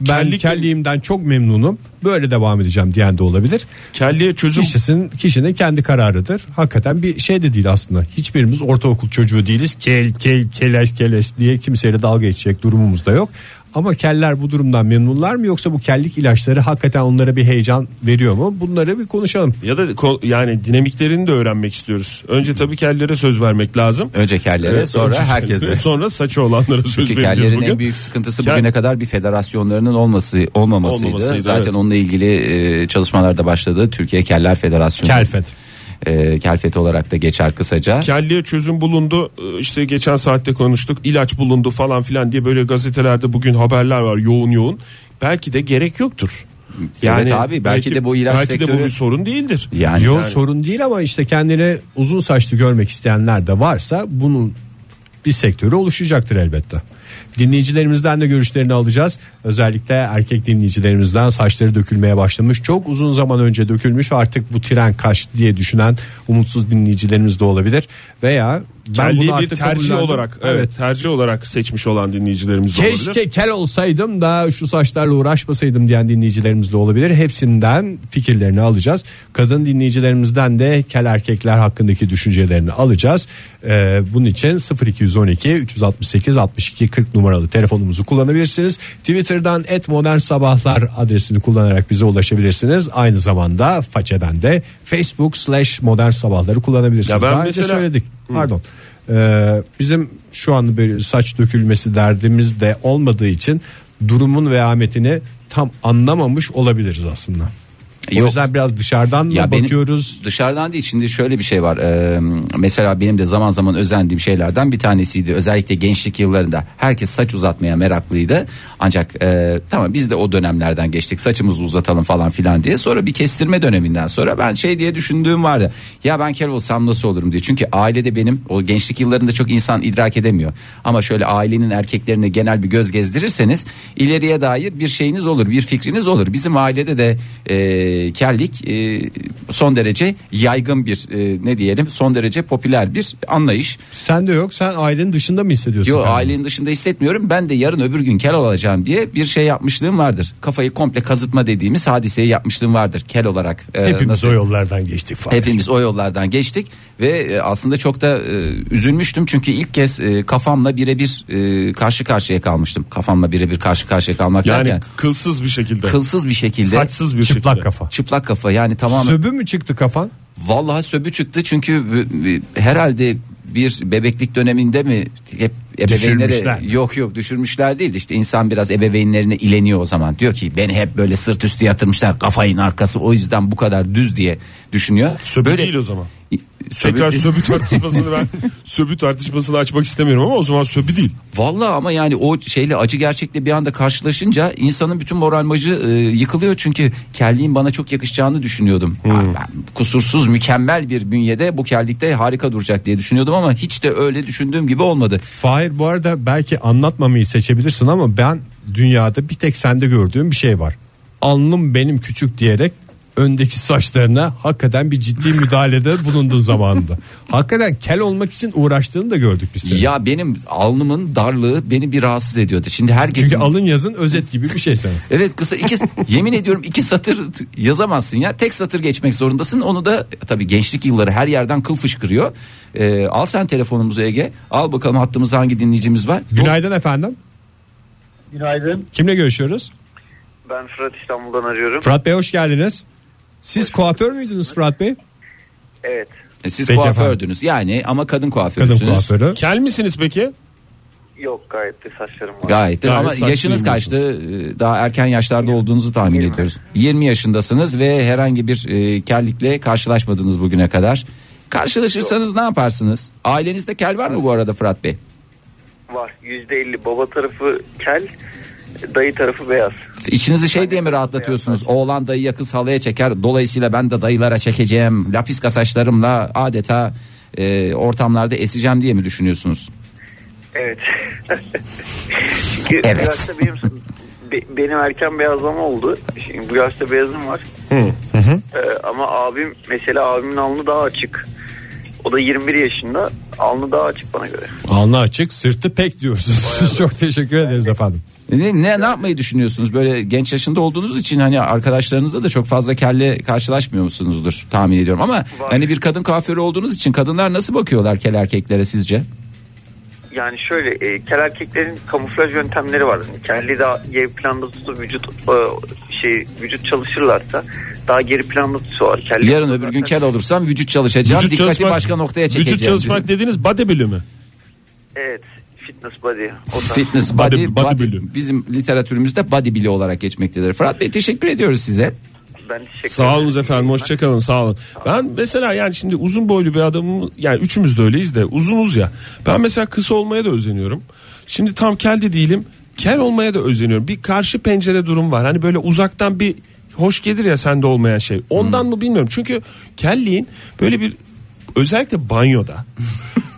C: Ben
E: Kellik-
C: kelliğimden çok memnunum. Böyle devam edeceğim diyen de olabilir.
E: Kelliye çözüm
C: Kişisinin kişinin kendi kararıdır. Hakikaten bir şey de değil aslında. Hiçbirimiz ortaokul çocuğu değiliz. Kel kel keleş keleş diye kimseyle dalga geçecek durumumuz da yok. Ama keller bu durumdan memnunlar mı yoksa bu kellik ilaçları hakikaten onlara bir heyecan veriyor mu? Bunları bir konuşalım.
E: ya da ko- yani dinamiklerini de öğrenmek istiyoruz. Önce tabii kellere söz vermek lazım.
D: Önce kellere
E: Evet,
D: sonra
E: önce- [LAUGHS]
D: herkese.
E: Sonra saçı olanlara söz
D: Çünkü
E: vereceğiz
D: kellerin
E: bugün.
D: en büyük sıkıntısı
E: Kel-
D: bugüne kadar bir federasyonlarının olması olmamasıydı.
E: Olmamasıydı,
D: Zaten
E: evet.
D: onunla ilgili e, çalışmalar da başladı. Türkiye Keller Federasyonu.
C: Kelfet.
D: E, Kelfet olarak da geçer kısaca.
E: Kelliye çözüm bulundu. Ee, İşte geçen saatte konuştuk. İlaç bulundu falan filan diye böyle gazetelerde bugün haberler var yoğun yoğun. Belki de gerek yoktur.
D: evet abi belki, de bu ilaç
E: belki
D: sektörü
E: de bu bir sorun değildir.
D: yani
C: Yok sorun değil ama işte kendini uzun saçlı görmek isteyenler de varsa bunun bir sektörü oluşacaktır elbette. Dinleyicilerimizden de görüşlerini alacağız. Özellikle erkek dinleyicilerimizden saçları dökülmeye başlamış. Çok uzun zaman önce dökülmüş artık bu tren kaçtı diye düşünen umutsuz dinleyicilerimiz de olabilir. Veya ben
E: Kelliği
C: bunu
E: bir
C: artık
E: tercih
C: kabullendim.
E: olarak evet, tercih olarak seçmiş olan dinleyicilerimiz de olabilir.
C: Keşke kel olsaydım da şu saçlarla uğraşmasaydım diyen dinleyicilerimiz de olabilir. Hepsinden fikirlerini alacağız. Kadın dinleyicilerimizden de kel erkekler hakkındaki düşüncelerini alacağız. Ee, bunun için 0212 368 62 40 numaralı telefonumuzu kullanabilirsiniz. Twitter'dan et sabahlar adresini kullanarak bize ulaşabilirsiniz. Aynı zamanda façeden de Facebook slash modern sabahları kullanabilirsiniz.
E: Ya ben
C: Daha önce
E: mesela-
C: söyledik. Pardon. Ee, bizim şu anda böyle saç dökülmesi derdimiz de olmadığı için durumun vehametini tam anlamamış olabiliriz aslında. O
D: Yok.
C: yüzden biraz dışarıdan da
D: benim-
C: bakıyoruz.
D: dışarıdan değil şimdi şöyle bir şey var. Ee, mesela benim de zaman zaman özendiğim şeylerden bir tanesiydi. Özellikle gençlik yıllarında herkes saç uzatmaya meraklıydı. Ancak e, tamam biz de o dönemlerden geçtik. Saçımızı uzatalım falan filan diye. Sonra bir kestirme döneminden sonra ben şey diye düşündüğüm vardı. Ya ben kel olsam nasıl olurum diye. Çünkü ailede benim o gençlik yıllarında çok insan idrak edemiyor. Ama şöyle ailenin erkeklerine genel bir göz gezdirirseniz ileriye dair bir şeyiniz olur, bir fikriniz olur. Bizim ailede de e, kellik e, son derece yaygın bir e, ne diyelim son derece popüler bir anlayış.
C: Sen de yok. Sen ailenin dışında mı hissediyorsun?
D: Yo
C: kendini?
D: ailenin dışında hissetmiyorum. Ben de yarın öbür gün kel olacağım diye bir şey yapmışlığım vardır. Kafayı komple kazıtma dediğimiz hadiseyi yapmışlığım vardır kel olarak. E,
C: Hepimiz
D: nasıl-
C: o yollardan geçtik falan.
D: Hepimiz o yollardan geçtik ve e, aslında çok da e, üzülmüştüm çünkü ilk kez e, kafamla birebir e, karşı karşıya kalmıştım. Kafamla birebir karşı karşıya kalmak
E: Yani
D: derken
E: kılsız bir şekilde.
D: kılsız bir şekilde
E: saçsız bir
C: Çıplak
E: şekilde.
C: kafa.
D: çıplak kafa yani tamamen
C: Söbü mü çıktı kafan?
D: Vallahi söbü çıktı çünkü e, e, herhalde bir bebeklik döneminde mi hep
C: Düşürmüşler.
D: ebeveynlere yok yok düşürmüşler değil işte insan biraz ebeveynlerine ileniyor o zaman diyor ki beni hep böyle sırt üstü yatırmışlar kafayın arkası o yüzden bu kadar düz diye düşünüyor.
E: Söbü
D: böyle,
E: değil o zaman.
D: Söbü
E: Tekrar
D: değil.
E: söbü tartışmasını ben söbü tartışmasını açmak istemiyorum ama o zaman söbü değil.
D: Vallahi ama yani o şeyle acı gerçekle bir anda karşılaşınca insanın bütün moral macı e, yıkılıyor çünkü kelliğin bana çok yakışacağını düşünüyordum.
C: Hmm.
D: Aa, ben kusursuz mükemmel bir bünyede bu kellikte harika duracak diye düşünüyordum ama hiç de öyle düşündüğüm gibi olmadı.
C: Fahir bu arada belki anlatmamayı seçebilirsin ama ben dünyada bir tek sende gördüğüm bir şey var. Alnım benim küçük diyerek öndeki saçlarına hakikaten bir ciddi müdahalede bulunduğu zamanında. Hakikaten kel olmak için uğraştığını da gördük biz. senin.
D: Ya benim alnımın darlığı beni bir rahatsız ediyordu. Şimdi herkesin
C: Çünkü alın yazın özet gibi bir şey sana.
D: Evet kısa
C: [LAUGHS]
D: iki yemin ediyorum iki satır t- yazamazsın ya tek satır geçmek zorundasın onu da tabii gençlik yılları her yerden kıl fışkırıyor Ee, al sen telefonumuzu Ege al bakalım hattımızda hangi dinleyicimiz var
C: Günaydın efendim.
G: Günaydın.
C: Kimle görüşüyoruz?
G: Ben Fırat İstanbul'dan arıyorum.
C: Fırat Bey hoş geldiniz. Siz kuaför müydünüz Fırat Bey?
G: Evet.
D: E, siz
C: Peki
D: kuafördünüz yani ama kadın
C: Kadın
D: kuaförüsünüz
C: kuaförü.
E: Kel misiniz peki?
G: Yok gayet de saçlarım var.
D: Gayet, de-
E: Gayet
D: ama
E: saçma
D: yaşınız kaçtı Ee, daha erken yaşlarda olduğunuzu tahmin ediyoruz 20 yaşındasınız ve herhangi bir e, kellikle karşılaşmadınız bugüne kadar karşılaşırsanız ne yaparsınız ailenizde kel var mı bu arada Fırat Bey
G: Var. %50 baba tarafı kel, dayı tarafı beyaz.
D: İçinizi şey diye mi rahatlatıyorsunuz? Oğlan dayıya kız halaya çeker. Dolayısıyla ben de dayılara çekeceğim. Lapiska saçlarımla adeta e, ortamlarda eseceğim diye mi düşünüyorsunuz? [LAUGHS]
G: Evet. Çünkü bu
D: Evet.
G: yaşta benim, be- benim erken beyazlama oldu. Şimdi bu yaşta beyazım var. Ee, ama abim mesela abimin alnı daha açık. O da 21 yaşında. Alnı daha açık bana göre.
C: Alnı açık sırtı pek diyorsunuz. [LAUGHS] Çok teşekkür ederiz efendim.
D: Ne, ne ne yapmayı düşünüyorsunuz? Böyle genç yaşında olduğunuz için hani arkadaşlarınızla da çok fazla kelle karşılaşmıyor musunuzdur tahmin ediyorum. Ama
G: Var.
D: hani bir kadın kuaförü olduğunuz için kadınlar nasıl bakıyorlar kel erkeklere sizce?
G: Yani şöyle e, kel erkeklerin kamuflaj yöntemleri var. Yani kelli daha geri planda tutup vücut e, şey vücut çalışırlarsa daha geri planda tutuyorlar. Kelli
D: Yarın öbür gün kel olursam vücut çalışacağım. Dikkati başka noktaya çekeceğim.
E: Vücut çalışmak dediğiniz body bölümü.
G: Evet. Fitness body. O da.
D: Fitness body,
E: Body- body
D: body-
E: bili.
D: bizim literatürümüzde body bili olarak geçmektedir. Fırat Bey teşekkür ediyoruz size.
G: ben teşekkür
E: Sağ olun
G: ederim.
E: efendim hoşçakalın sağ olun. Ben mesela yani şimdi uzun boylu bir adamım yani üçümüz de öyleyiz de uzunuz ya. Ben mesela kısa olmaya da özeniyorum. Şimdi tam kel de değilim kel olmaya da özeniyorum. Bir karşı pencere durum var hani böyle uzaktan bir hoş gelir ya sende olmayan şey.
C: Hmm. [LAUGHS]
E: Ondan mı bilmiyorum çünkü kelliğin böyle bir özellikle banyoda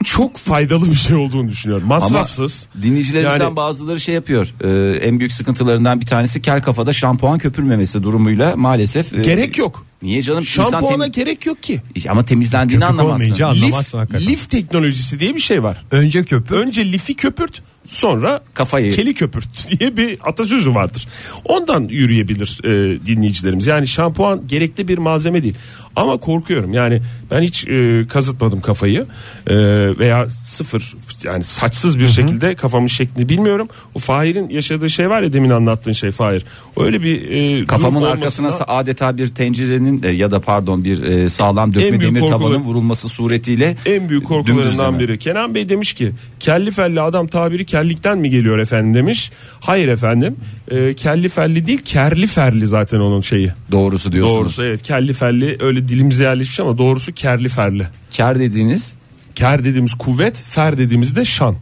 E: çok faydalı bir şey olduğunu düşünüyorum. Masrafsız.
D: Dinleyicilerimizden
E: Yani-
D: bazıları şey yapıyor. Ee, en büyük sıkıntılarından bir tanesi kel kafada şampuan köpürmemesi durumuyla maalesef. e,
E: Gerek yok.
D: Niye canım? İnsan
E: Şampuana
D: temi-
E: gerek yok ki.
D: Ama temizlendiğini
C: Köpük
D: anlamazsın.
C: olmayınca
E: Lif,
C: anlamazsın hakikaten.
E: lif teknolojisi diye bir şey var.
C: Önce köpür.
E: Önce lifi köpürt sonra
D: Kafayı.
E: keli köpürt [LAUGHS] diye bir atasözü vardır. Ondan yürüyebilir e, dinleyicilerimiz. Yani şampuan gerekli bir malzeme değil. Ama korkuyorum yani ben hiç e, kazıtmadım kafayı E, veya sıfır yani saçsız bir şekilde kafamın şeklini bilmiyorum. O Fahir'in yaşadığı şey var ya demin anlattığın şey Fahir. Öyle bir e,
D: Kafamın
E: durum
D: arkasına
E: olmasına-
D: sa- adeta bir tencerenin e, ya da pardon bir e, sağlam
E: En
D: dökme
E: büyük
D: demir
E: korkularım-
D: tabanın vurulması suretiyle
E: en büyük korkularından
D: dümdüzleme.
E: biri. Kenan Bey demiş ki kelli felli adam tabiri kellikten mi geliyor efendim demiş. Hayır efendim e, kelli felli değil kerli ferli zaten onun şeyi.
D: Doğrusu diyorsunuz.
E: Doğrusu evet kelli felli öyle dilimize yerleşmiş ama doğrusu kerli ferli.
D: Kar dediğiniz
E: Ker dediğimiz kuvvet fer dediğimiz de şan.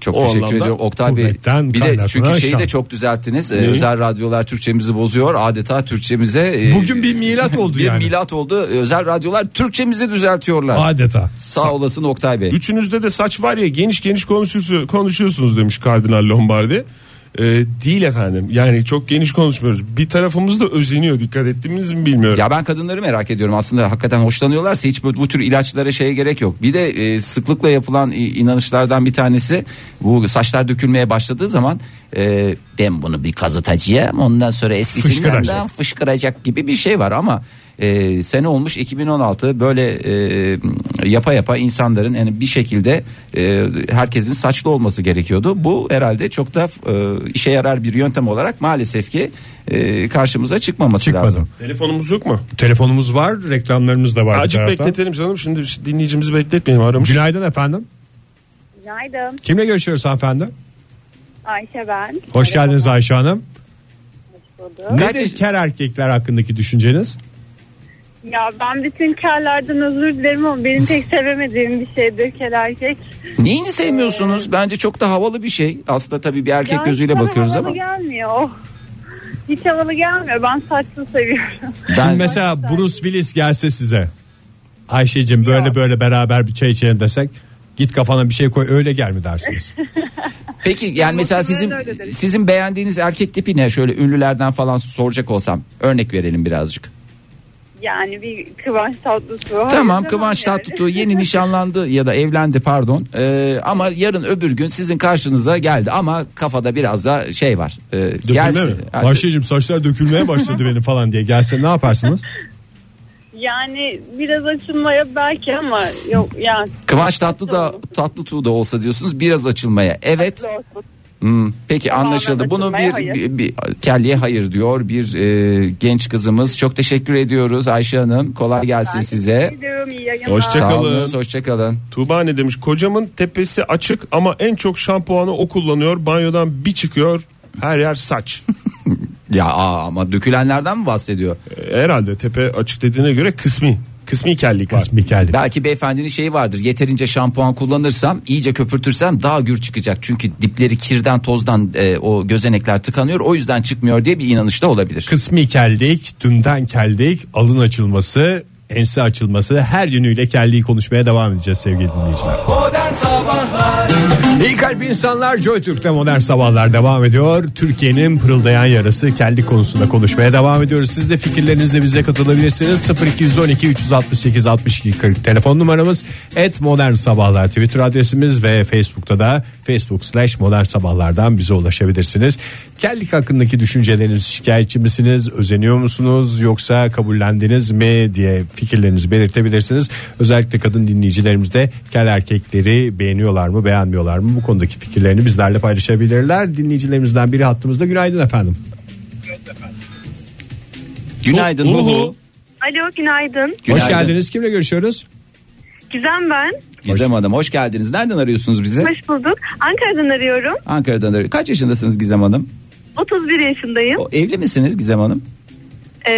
D: çok
E: O
D: teşekkür
E: anlamda
D: ediyorum Oktay Bey.
C: kuvvetten
D: Bir de çünkü
C: kaynaklanan
D: şeyi
C: şan.
D: de çok düzelttiniz. E, özel radyolar Türkçemizi bozuyor. Adeta Türkçemize e,
C: Bugün bir milat oldu
D: bir
C: yani.
D: milat oldu. E, Özel radyolar Türkçemizi düzeltiyorlar.
C: Adeta.
D: Sağ olasın Oktay Bey.
E: Üçünüzde de saç var ya geniş geniş konuşursu- konuşuyorsunuz demiş Kardinal Lombardi. E, değil efendim yani çok geniş konuşmuyoruz. Bir tarafımız da özeniyor dikkat ettiniz mi bilmiyorum.
D: Ya ben kadınları merak ediyorum aslında hakikaten hoşlanıyorlarsa hiç bu, bu tür ilaçlara şeye gerek yok. Bir de e, sıklıkla yapılan e, inanışlardan bir tanesi bu saçlar dökülmeye başladığı zaman e, ben bunu bir kazıtacağım ondan sonra eskisinden daha
C: Fışkıracak.
D: fışkıracak gibi bir şey var ama e, sene olmuş 2016 böyle e, yapa yapa insanların yani bir şekilde e, herkesin saçlı olması gerekiyordu. Bu herhalde çok da e, işe yarar bir yöntem olarak maalesef ki e, karşımıza çıkmaması
C: Çıkmadı.
D: lazım.
E: Telefonumuz yok mu?
C: Telefonumuz var, reklamlarımız da var. bir
E: Acık
C: taraftan.
E: bekletelim canım. Şimdi dinleyicimizi bekletmeyelim aramış.
C: Günaydın efendim.
H: Günaydın.
C: Kimle görüşüyoruz hanımefendi?
H: Ayşe ben.
C: Hoş geldiniz Ayşe Hanım.
H: bulduk.
D: Kaç
C: Nedir
D: yaş-
C: ker erkekler hakkındaki düşünceniz?
H: Ya ben bütün kerlerden özür dilerim ama benim pek sevemediğim bir şeydir kel erkek.
D: Neyini sevmiyorsunuz? Bence çok da havalı bir şey. Aslında tabii bir erkek
H: Ya
D: gözüyle
H: hiç bana
D: bakıyoruz
H: havalı
D: ama.
H: gelmiyor. Hiç havalı gelmiyor. Ben saçlı seviyorum. [LAUGHS]
D: Ben
C: Şimdi mesela Bruce Willis gelse size. Ayşe'cim böyle böyle beraber bir çay içelim desek. Git kafana bir şey koy öyle gel mi dersiniz?
D: Peki yani mesela sizin
H: öyle dedim.
D: sizin beğendiğiniz erkek tipi ne? Şöyle ünlülerden falan soracak olsam örnek verelim birazcık.
H: Yani bir Kıvanç Tatlıtuğ. Hayır
D: tamam
H: demem
D: Kıvanç
H: yani.
D: Tatlıtuğ yeni nişanlandı ya da evlendi pardon. Ee, ama yarın öbür gün sizin karşınıza geldi ama kafada biraz da şey var. Ee,
C: Dökülme
D: gelsin.
C: mi? Ayşe'cim saçlar dökülmeye başladı benim falan diye gelse ne yaparsınız?
H: Yani biraz açılmaya belki ama yok yani.
D: Kıvanç Tatlı da Tatlıtuğ da olsa diyorsunuz biraz açılmaya. Evet.
H: Tatlı olsun.
D: Hmm, peki
H: Tamamen
D: anlaşıldı. Bunu
H: açılmaya
D: bir,
H: hayır.
D: bir, bir kelliye hayır diyor bir e, genç kızımız. Çok teşekkür ediyoruz Ayşe Hanım. Kolay gelsin size.
H: Gidiyorum, iyi yayınlar.
E: Hoşça
D: Sağ
E: Hoşçakalın.
D: olun. Hoşçakalın.
E: Tuğba ne demiş? Kocamın tepesi açık ama en çok şampuanı o kullanıyor. Banyodan bir çıkıyor. Her yer saç.
D: Ya aa, ama dökülenlerden mi bahsediyor?
E: E, Herhalde tepe açık dediğine göre kısmi. Kısmi kellik var.
C: Kısmi kellik.
D: Belki beyefendinin şeyi vardır. Yeterince şampuan kullanırsam, iyice köpürtürsem daha gür çıkacak. Çünkü dipleri kirden, tozdan e, o gözenekler tıkanıyor. O yüzden çıkmıyor diye bir inanış da olabilir.
C: Kısmi kellik, tümden kellik, alın açılması, ense açılması her yönüyle kelliği konuşmaya devam edeceğiz sevgili dinleyiciler. İyi kalp insanlar Joy Türk'te modern sabahlar devam ediyor. Türkiye'nin pırıldayan yarası kellik konusunda konuşmaya devam ediyoruz. Siz de fikirlerinizle bize katılabilirsiniz. 0212 368 62 40 telefon numaramız. Et modern sabahlar Twitter adresimiz ve Facebook'ta da Facebook slash modern sabahlardan bize ulaşabilirsiniz. Kellik hakkındaki düşünceleriniz şikayetçi misiniz? Özeniyor musunuz? Yoksa kabullendiniz mi diye fikirlerinizi belirtebilirsiniz. Özellikle kadın dinleyicilerimiz de kel erkekleri beğeniyorlar mı beğenmiyorlar mı? Bu konudaki fikirlerini bizlerle paylaşabilirler. Dinleyicilerimizden biri hattımızda günaydın efendim.
D: Günaydın.
E: Uhu.
D: Uhu.
H: Alo günaydın.
D: Günaydın.
C: Hoş geldiniz. Kimle görüşüyoruz?
H: Gizem ben.
D: Gizem Hanım hoş geldiniz. Nereden arıyorsunuz bizi?
H: Hoş bulduk. Ankara'dan arıyorum.
D: Ankara'dan arıyor. Kaç yaşındasınız Gizem Hanım?
H: 31 yaşındayım.
D: O, evli misiniz Gizem Hanım?
H: Ee,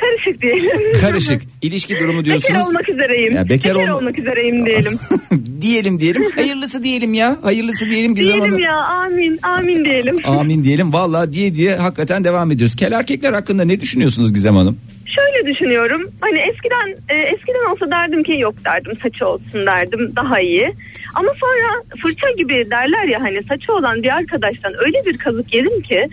H: karışık diyelim. [LAUGHS]
D: Karışık. İlişki durumu diyorsunuz.
H: Bekar olmak üzereyim.
D: Ya bekar
H: bekar
D: olma-
H: olmak üzereyim diyelim.
D: [LAUGHS] diyelim diyelim. Hayırlısı diyelim ya. Hayırlısı diyelim Gizem
H: diyelim
D: Hanım.
H: ya amin amin diyelim.
D: Amin diyelim. Valla diye diye hakikaten devam ediyoruz. Kel erkekler hakkında ne düşünüyorsunuz Gizem Hanım?
H: Şöyle [LAUGHS] şöyle düşünüyorum. Hani eskiden e, eskiden olsa derdim ki yok derdim saçı olsun derdim daha iyi. Ama sonra fırça gibi derler ya hani saçı olan bir arkadaştan öyle bir kazık yedim ki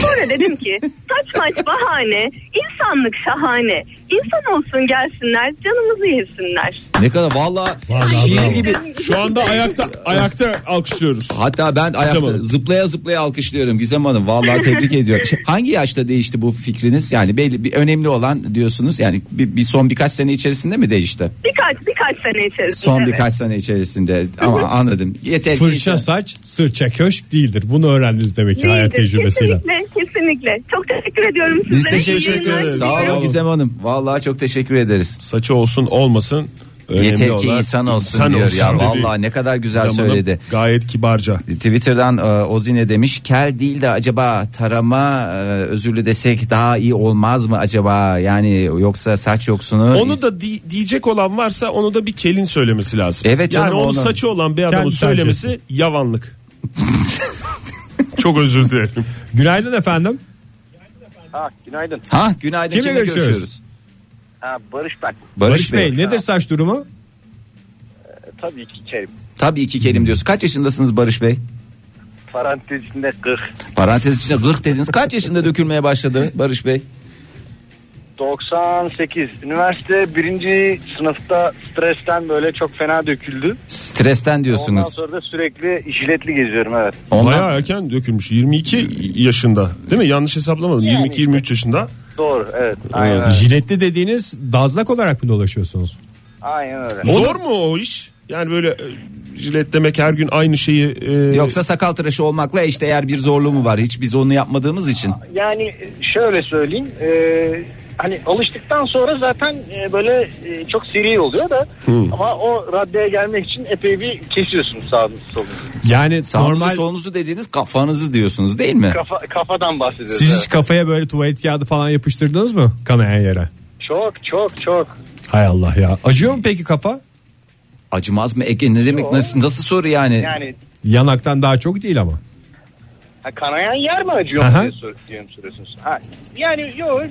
H: sonra dedim
D: [LAUGHS]
H: ki saç maç bahane, insanlık şahane. İnsan olsun gelsinler, canımızı yesinler.
D: Ne kadar valla
C: Vallahi
D: şiir
C: bravo.
D: gibi.
E: Şu anda ayakta ayakta alkışlıyoruz.
D: Hatta ben ayakta
E: Hanım.
D: zıplaya zıplaya alkışlıyorum Gizem Hanım. Vallahi tebrik ediyorum. Şey, Hangi yaşta değişti bu fikriniz? Yani belli bir önemli olan diyorsunuz. Yani bir, bir son birkaç sene içerisinde mi değişti?
H: Birkaç birkaç sene içerisinde.
D: Son
H: evet.
D: birkaç sene içerisinde. Ama anladım. Yeter ki
C: Fırça saç, sırça köşk değildir. Bunu öğrendiniz demek ki hayat
H: Değildir.
I: [LAUGHS]
C: tecrübesiyle.
H: Kesinlikle, kesinlikle. Çok teşekkür ediyorum
D: Biz
H: sizlere.
D: teşekkür
H: İyi yayınlar
D: ederiz.
E: ederiz.
D: Sağ
E: Sağ
D: olun
E: olun.
D: Gizem Hanım. Vallahi çok teşekkür ederiz.
E: Saçı olsun olmasın. Önemli
D: Yeter ki
E: olan
D: insan olsun
E: insan
D: diyor
E: olsun
D: ya.
E: dedi.
D: Vallahi ne kadar güzel
E: Gizem Hanım
D: söyledi.
E: Gayet kibarca.
D: Twitter'dan e, Ozine demiş kel değil de acaba tarama e, özürlü desek daha iyi olmaz mı acaba yani yoksa saç yoksunu
E: Onu da di- diyecek olan varsa onu da bir kelin söylemesi lazım.
D: Evet
E: yani
D: canım,
E: onun
D: onu-
E: saçı olan bir adamın
C: Kendi
E: söylemesi yavanlık.
D: [LAUGHS]
E: Çok özür dilerim.
C: Günaydın efendim.
G: Ha, günaydın.
D: ha günaydın kimle,
C: Kimle
D: görüşüyoruz,
C: görüşüyoruz?
G: Ha, Barış ben.
D: Barış,
C: Barış
D: Bey,
C: Bey, nedir saç durumu?
G: Tabii ki Kerim.
D: tabii iki kelim diyorsun kaç yaşındasınız Barış Bey
G: Parantez içinde 40.
D: parantez içinde 40 dediniz kaç yaşında dökülmeye başladı Barış Bey
G: 98. Üniversite birinci sınıfta stresten böyle çok fena döküldü.
D: stresten
G: Ondan
D: diyorsunuz
G: sonra da sürekli jiletli geziyorum evet.
D: Ondan-
E: Bayağı erken dökülmüş. 22 yaşında. Değil mi? Yanlış hesaplamadım. 22-23 yaşında.
G: Doğru evet. Aynen öyle.
C: Jiletli dediğiniz dazlak olarak mı dolaşıyorsunuz?
G: Aynen öyle.
E: Zor mu o iş? Yani böyle e, jiletlemek her gün aynı şeyi. e,
D: Yoksa sakal tıraşı olmakla eşdeğer bir zorluğu mu var? Hiç biz onu yapmadığımız için.
G: Yani şöyle söyleyeyim. e, hani alıştıktan sonra zaten e, böyle e, çok seri oluyor da ama o raddeye gelmek için epey bir kesiyorsunuz sağınızı solunuzu.
C: Yani
D: Sağınızı
C: normal
D: solunuzu dediğiniz kafanızı diyorsunuz değil mi?
G: Kafa, kafadan bahsediyoruz.
C: siz
G: evet.
C: hiç kafaya böyle tuvalet kağıdı falan yapıştırdınız mı kanayan yere?
G: Çok çok çok.
C: Hay Allah ya. Acıyor mu peki kafa?
D: Acımaz mı Ege ne demek nasıl, nasıl soru yani?
G: Yani
C: Yanaktan daha çok değil ama.
G: ha, kanayan yer mi acıyor mu
C: Aha.
G: diye sor, diyorum soruyorsunuz. Ha, yani yok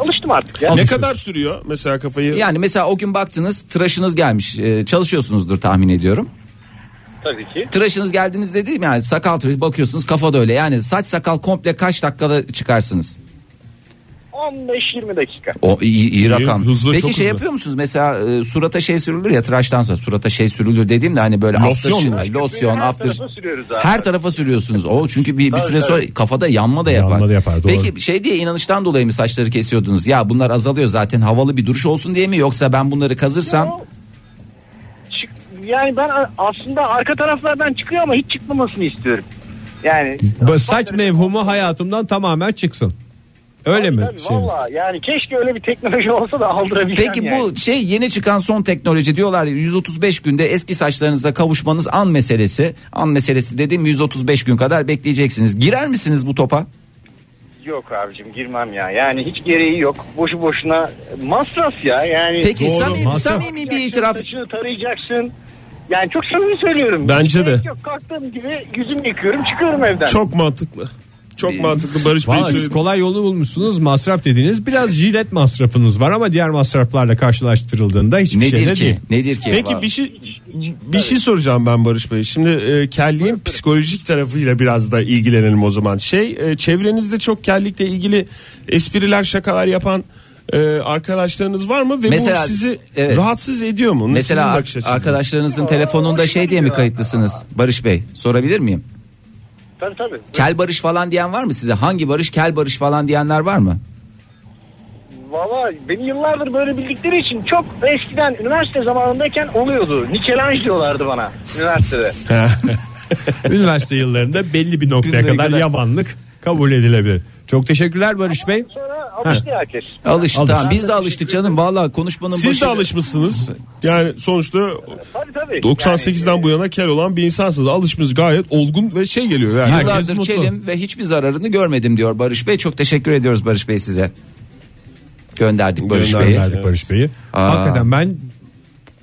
G: alıştım artık ya.
E: ne kadar sürüyor mesela kafayı?
D: Yani mesela o gün baktınız tıraşınız gelmiş Ee, çalışıyorsunuzdur tahmin ediyorum.
G: Tabii ki.
D: Tıraşınız geldiniz dediğim yani sakal tıraşı bakıyorsunuz kafa da öyle yani saç sakal komple kaç dakikada çıkarsınız?
G: 15-20 dakika.
D: O iyi, iyi rakam.
E: hızlı,
D: Peki
E: çok
D: şey
E: hızlı.
D: yapıyor musunuz mesela e, surata şey sürülür ya tıraştan sonra surata şey sürülür dediğimde hani böyle
E: Losyon
D: after-
E: mu?
D: losyon
G: Her
D: after
G: tarafa sürüyoruz abi.
D: Her tarafa sürüyorsunuz. O çünkü bir, bir
G: Tabii,
D: süre sonra kafada yanma da yapar.
C: Yanma da yapar, doğru.
D: Peki şey diye inanıştan dolayı mı saçları kesiyordunuz? Ya bunlar azalıyor zaten havalı bir duruş olsun diye mi yoksa ben bunları kazırsam
G: O- Çık, yani ben a- aslında arka taraflardan çıkıyor ama hiç çıkmamasını istiyorum. Yani
C: Bu saç mevhumu hayatımdan tamamen çıksın. Öyle mi?
G: Tabii,
C: şey?
G: Valla yani keşke öyle bir teknoloji olsa da aldırabilsem
D: Peki
G: yani.
D: bu şey yeni çıkan son teknoloji diyorlar ya, 135 günde eski saçlarınıza kavuşmanız an meselesi. An meselesi dediğim 135 gün kadar bekleyeceksiniz. Girer misiniz bu topa?
G: Yok abicim girmem ya. Yani hiç gereği yok. Boşu boşuna masraf ya. Yani
D: Peki
C: Doğru,
D: samimi,
C: masraf.
D: samimi bir itiraf.
G: Saçını tarayacaksın. Yani çok samimi söylüyorum.
E: Bence
G: Hiç gerek
E: de.
G: Yok kalktığım gibi yüzümü yıkıyorum çıkıyorum evden.
E: Çok mantıklı. Çok mantıklı Barış Bey.
C: Valla siz
E: söyledi.
C: kolay yolunu bulmuşsunuz masraf dediğiniz biraz jilet masrafınız var ama diğer masraflarla karşılaştırıldığında hiçbir şey
D: Nedir
C: de
D: ki?
C: değil.
D: Nedir ki?
E: Peki bir şey bir şey soracağım ben Barış Bey. Şimdi e, kelliğin psikolojik tarafıyla biraz da ilgilenelim o zaman. Şey e, çevrenizde çok kellikle ilgili espriler şakalar yapan e, arkadaşlarınız var mı ve
D: Mesela-
E: bu sizi
D: evet.
E: rahatsız ediyor mu? Sizin
D: Mesela
E: bakış açınız.
D: arkadaşlarınızın telefonunda şey diye mi kayıtlısınız? Barış Bey sorabilir miyim?
G: Tabii tabii.
D: Kel barış falan diyen var mı size? Hangi barış kel barış falan diyenler var mı?
G: Valla beni yıllardır böyle bildikleri için çok eskiden üniversite zamanındayken oluyordu. Nikelaj diyorlardı bana üniversitede.
C: Üniversite yıllarında belli bir noktaya
D: Günlüğe
C: kadar,
D: kadar.
C: yabanlık kabul edilebilir. Çok teşekkürler Barış Bey.
G: Sonra alıştı herkes.
D: Alıştı.
C: Alıştı.
D: Tamam, biz de alıştık canım. Valla konuşmanın
E: Siz de
D: başı-
E: alışmışsınız. Yani sonuçta
G: Tabii tabii.
E: 98'den bu yana kel olan bir insansınız. Alışmış gayet olgun ve şey geliyor. Yani herkes
D: Yıllardır
E: mutlu.
D: kelim ve hiçbir zararını görmedim diyor Barış Bey. Çok teşekkür ediyoruz Barış Bey size. Gönderdik Barış Bey'i.
C: Gönderdik Barış Bey'i. Hakikaten ben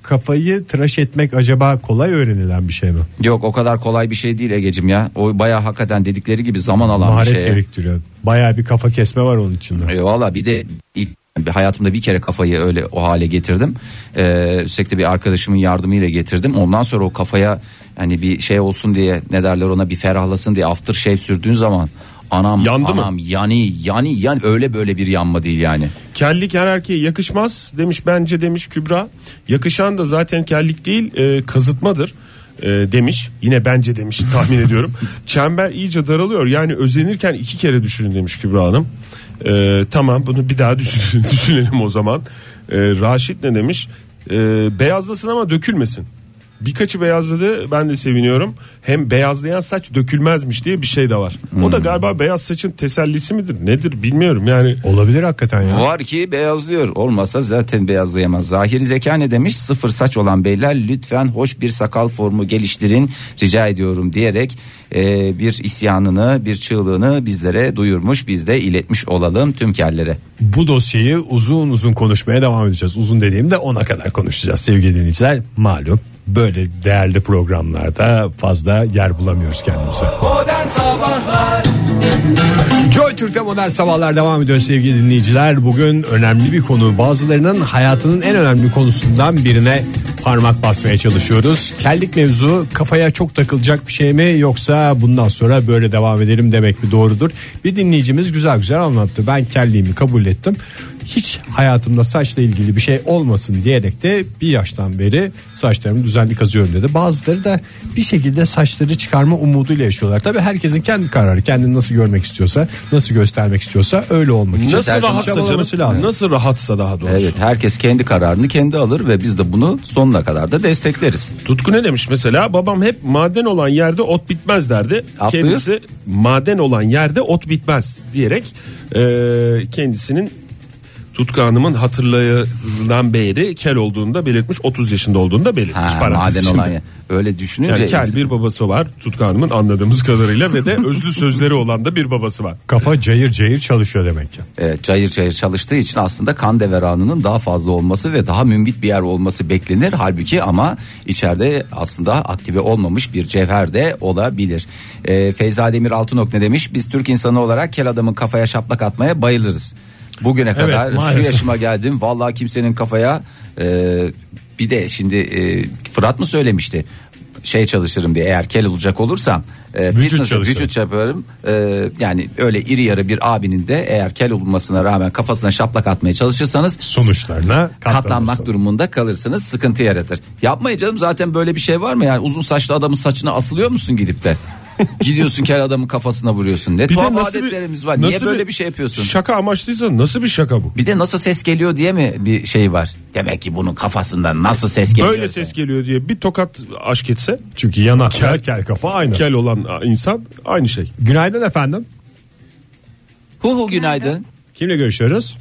C: kafayı tıraş etmek acaba kolay öğrenilen bir şey mi?
D: Yok o kadar kolay bir şey değil Egecim ya. O bayağı hakikaten dedikleri gibi zaman alan
C: Maharet
D: bir şey.
C: gerektiriyor. Bayağı bir kafa kesme var onun içinde.
D: E, Valla bir de ilk Bir- Hayatımda bir kere kafayı öyle o hale getirdim. Ee, üstelik de bir arkadaşımın yardımıyla getirdim. Ondan sonra o kafaya hani bir şey olsun diye ne derler ona bir ferahlasın diye after shave sürdüğün zaman anam
E: Yandı mı?
D: anam yani yani yani öyle böyle bir yanma değil yani.
E: Kellik her erkeğe yakışmaz demiş bence demiş Kübra. Yakışan da zaten kellik değil e, kazıtmadır e, demiş. Yine bence demiş tahmin ediyorum. Çember iyice daralıyor yani özenirken iki kere düşünün demiş Kübra Hanım. E, tamam bunu bir daha düşün- [LAUGHS] düşünelim o zaman. E, Raşit ne demiş? E, beyazlasın ama dökülmesin. Birkaçı beyazladı ben de seviniyorum. Hem beyazlayan saç dökülmezmiş diye bir şey de var. O da galiba beyaz saçın tesellisi midir nedir bilmiyorum yani.
C: Olabilir hakikaten ya.
D: Var ki beyazlıyor. Olmasa zaten beyazlayamaz. Zahir zeka ne demiş? Sıfır saç olan beyler lütfen hoş bir sakal formu geliştirin rica ediyorum diyerek e, bir isyanını bir çığlığını bizlere duyurmuş biz de iletmiş olalım tüm kellere.
C: Bu dosyayı uzun uzun konuşmaya devam edeceğiz. Uzun dediğimde ona kadar konuşacağız sevgili dinleyiciler. Malum böyle değerli programlarda fazla yer bulamıyoruz kendimize. Joy Türk'te modern sabahlar devam ediyor sevgili dinleyiciler. Bugün önemli bir konu. Bazılarının hayatının en önemli konusundan birine parmak basmaya çalışıyoruz. Kellik mevzu kafaya çok takılacak bir şey mi yoksa bundan sonra böyle devam edelim demek mi doğrudur? Bir dinleyicimiz güzel güzel anlattı. Ben kelliğimi kabul ettim. Hiç hayatımda saçla ilgili bir şey olmasın diyerek de bir yaştan beri saçlarımı düzenli kazıyorum dedi. Bazıları da bir şekilde saçları çıkarma umuduyla yaşıyorlar. Tabii herkesin kendi kararı. Kendini nasıl görmek istiyorsa, nasıl göstermek istiyorsa öyle olmak için.
E: Nasıl rahatsa
C: çabalaması
E: canım,
C: lazım.
E: Nasıl rahatsa daha doğrusu.
D: Evet herkes kendi kararını kendi alır ve biz de bunu sonuna kadar da destekleriz.
E: Tutku ne demiş mesela? Babam hep maden olan yerde ot bitmez derdi.
D: Atlıyor.
E: Kendisi maden olan yerde ot bitmez diyerek e, kendisinin Tutku Hanım'ın hatırlayan beri kel olduğunu da belirtmiş. 30 yaşında olduğunu da belirtmiş.
D: Ha,
E: parantez
D: maden
E: içinde.
D: olan ya. Öyle düşününce
E: Yani kel bir babası var Tutku Hanım'ın anladığımız kadarıyla ve de özlü sözleri olan da bir babası var.
C: Kafa cayır cayır çalışıyor demek ki.
D: Evet, cayır cayır e, çalıştığı için aslında kan deveranının daha fazla olması ve daha mümbit bir yer olması beklenir. Halbuki ama içeride aslında aktive olmamış bir cevher de olabilir. Ee, Feyza Demir Altınok ne demiş? Biz Türk insanı olarak kel adamın kafaya şaplak atmaya bayılırız. Bugüne kadar şu
C: maalesef.
D: yaşıma geldim. Vallahi kimsenin kafaya e, bir de şimdi e, Fırat mı söylemişti? şey çalışırım diye eğer kel olacak olursam e,
C: Vücut
D: fitness-
C: çalışırım.
D: vücut yaparım. Ee, yani öyle iri yarı bir abinin de eğer kel olmasına rağmen kafasına şaplak atmaya çalışırsanız
C: Sonuçlarına
D: katlanmak
C: katlanmak durumu.
D: durumunda kalırsınız. Sıkıntı yaratır. Yapmayın canım zaten böyle bir şey var mı? Yani uzun saçlı adamın saçına asılıyor musun
E: [LAUGHS]
D: gidip de? Gidiyorsun kel adamın kafasına vuruyorsun. Ne
E: Bir de
D: tuhaf
E: nasıl bir-
D: adetlerimiz var. Niye
E: nasıl
D: böyle bir şey yapıyorsun?
E: Şaka amaçlıysa nasıl bir şaka bu?
D: bir de nasıl ses geliyor diye mi bir şey var? Demek ki bunun kafasından nasıl ses geliyor?
E: Böyle ses geliyor diye bir tokat aşk etse
C: Çünkü yanak kel, kel kafa aynı.
E: kel olan insan aynı şey.
C: Günaydın efendim.
D: Hu hu günaydın.
C: Kimle görüşüyoruz?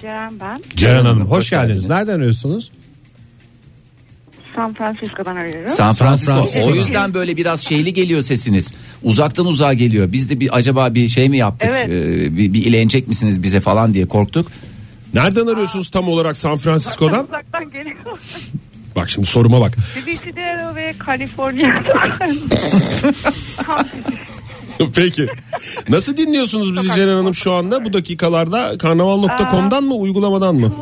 I: Ceren ben.
C: Ceren Hanım. Hoş,
D: hoş
C: geldiniz.
D: geldiniz.
C: Nereden arıyorsunuz?
I: San Francisco'dan arıyorum.
D: San Francisco.
C: Francisco.
D: O yüzden böyle biraz şeyli geliyor sesiniz. Uzaktan uzağa geliyor. Biz de bir acaba bir şey mi yaptık?
I: Evet.
D: Ee, bir, bir ilenecek misiniz bize falan diye korktuk.
E: Nereden arıyorsunuz tam olarak San Francisco'dan?
I: [LAUGHS] Uzaktan geliyor.
E: Bak şimdi soruma bak. [LAUGHS]
I: Divisadero ve [LAUGHS] Kaliforniya'dan.
E: Peki. Nasıl dinliyorsunuz bizi Ceren Hanım şu anda bu dakikalarda karnaval.com'dan mı uygulamadan mı?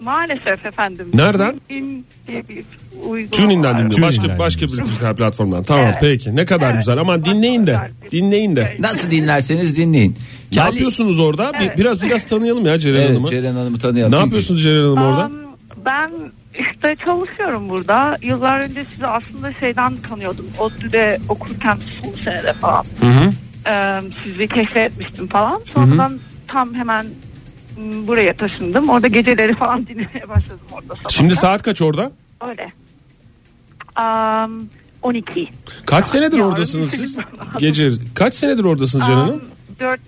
I: Maalesef efendim.
E: Nereden?
I: Tünin diye bir uygulama
E: TuneIn'den
I: var.
E: dinliyorum. Başka başka bir dijital platformdan. Tamam peki. Ne kadar
I: Evet.
E: güzel ama dinleyin de. Dinleyin de.
D: Nasıl dinlerseniz dinleyin.
E: Ne yapıyorsunuz orada? Bir-
I: Evet.
E: biraz biraz tanıyalım ya Ceren
D: Evet,
E: Hanım'ı.
D: Ceren Hanım'ı tanıyalım.
E: Ne
D: Çünkü
E: yapıyorsunuz Ceren Hanım orada?
I: Ben- Ben işte çalışıyorum burada. Yıllar önce sizi aslında şeyden tanıyordum. ODTÜ'de okurken son senede falan. Ee, sizi keşfetmiştim falan. Sonradan tam hemen m, buraya taşındım. Orada geceleri falan [LAUGHS] dinlemeye başladım orada sabah.
E: Şimdi saat kaç orada?
I: Öyle. Am, 12.
E: Kaç senedir
I: Ya,
E: oradasınız
I: öyle
E: siz?
I: bir şey var.
E: Gece kaç senedir oradasınız Ceren Hanım?
I: 4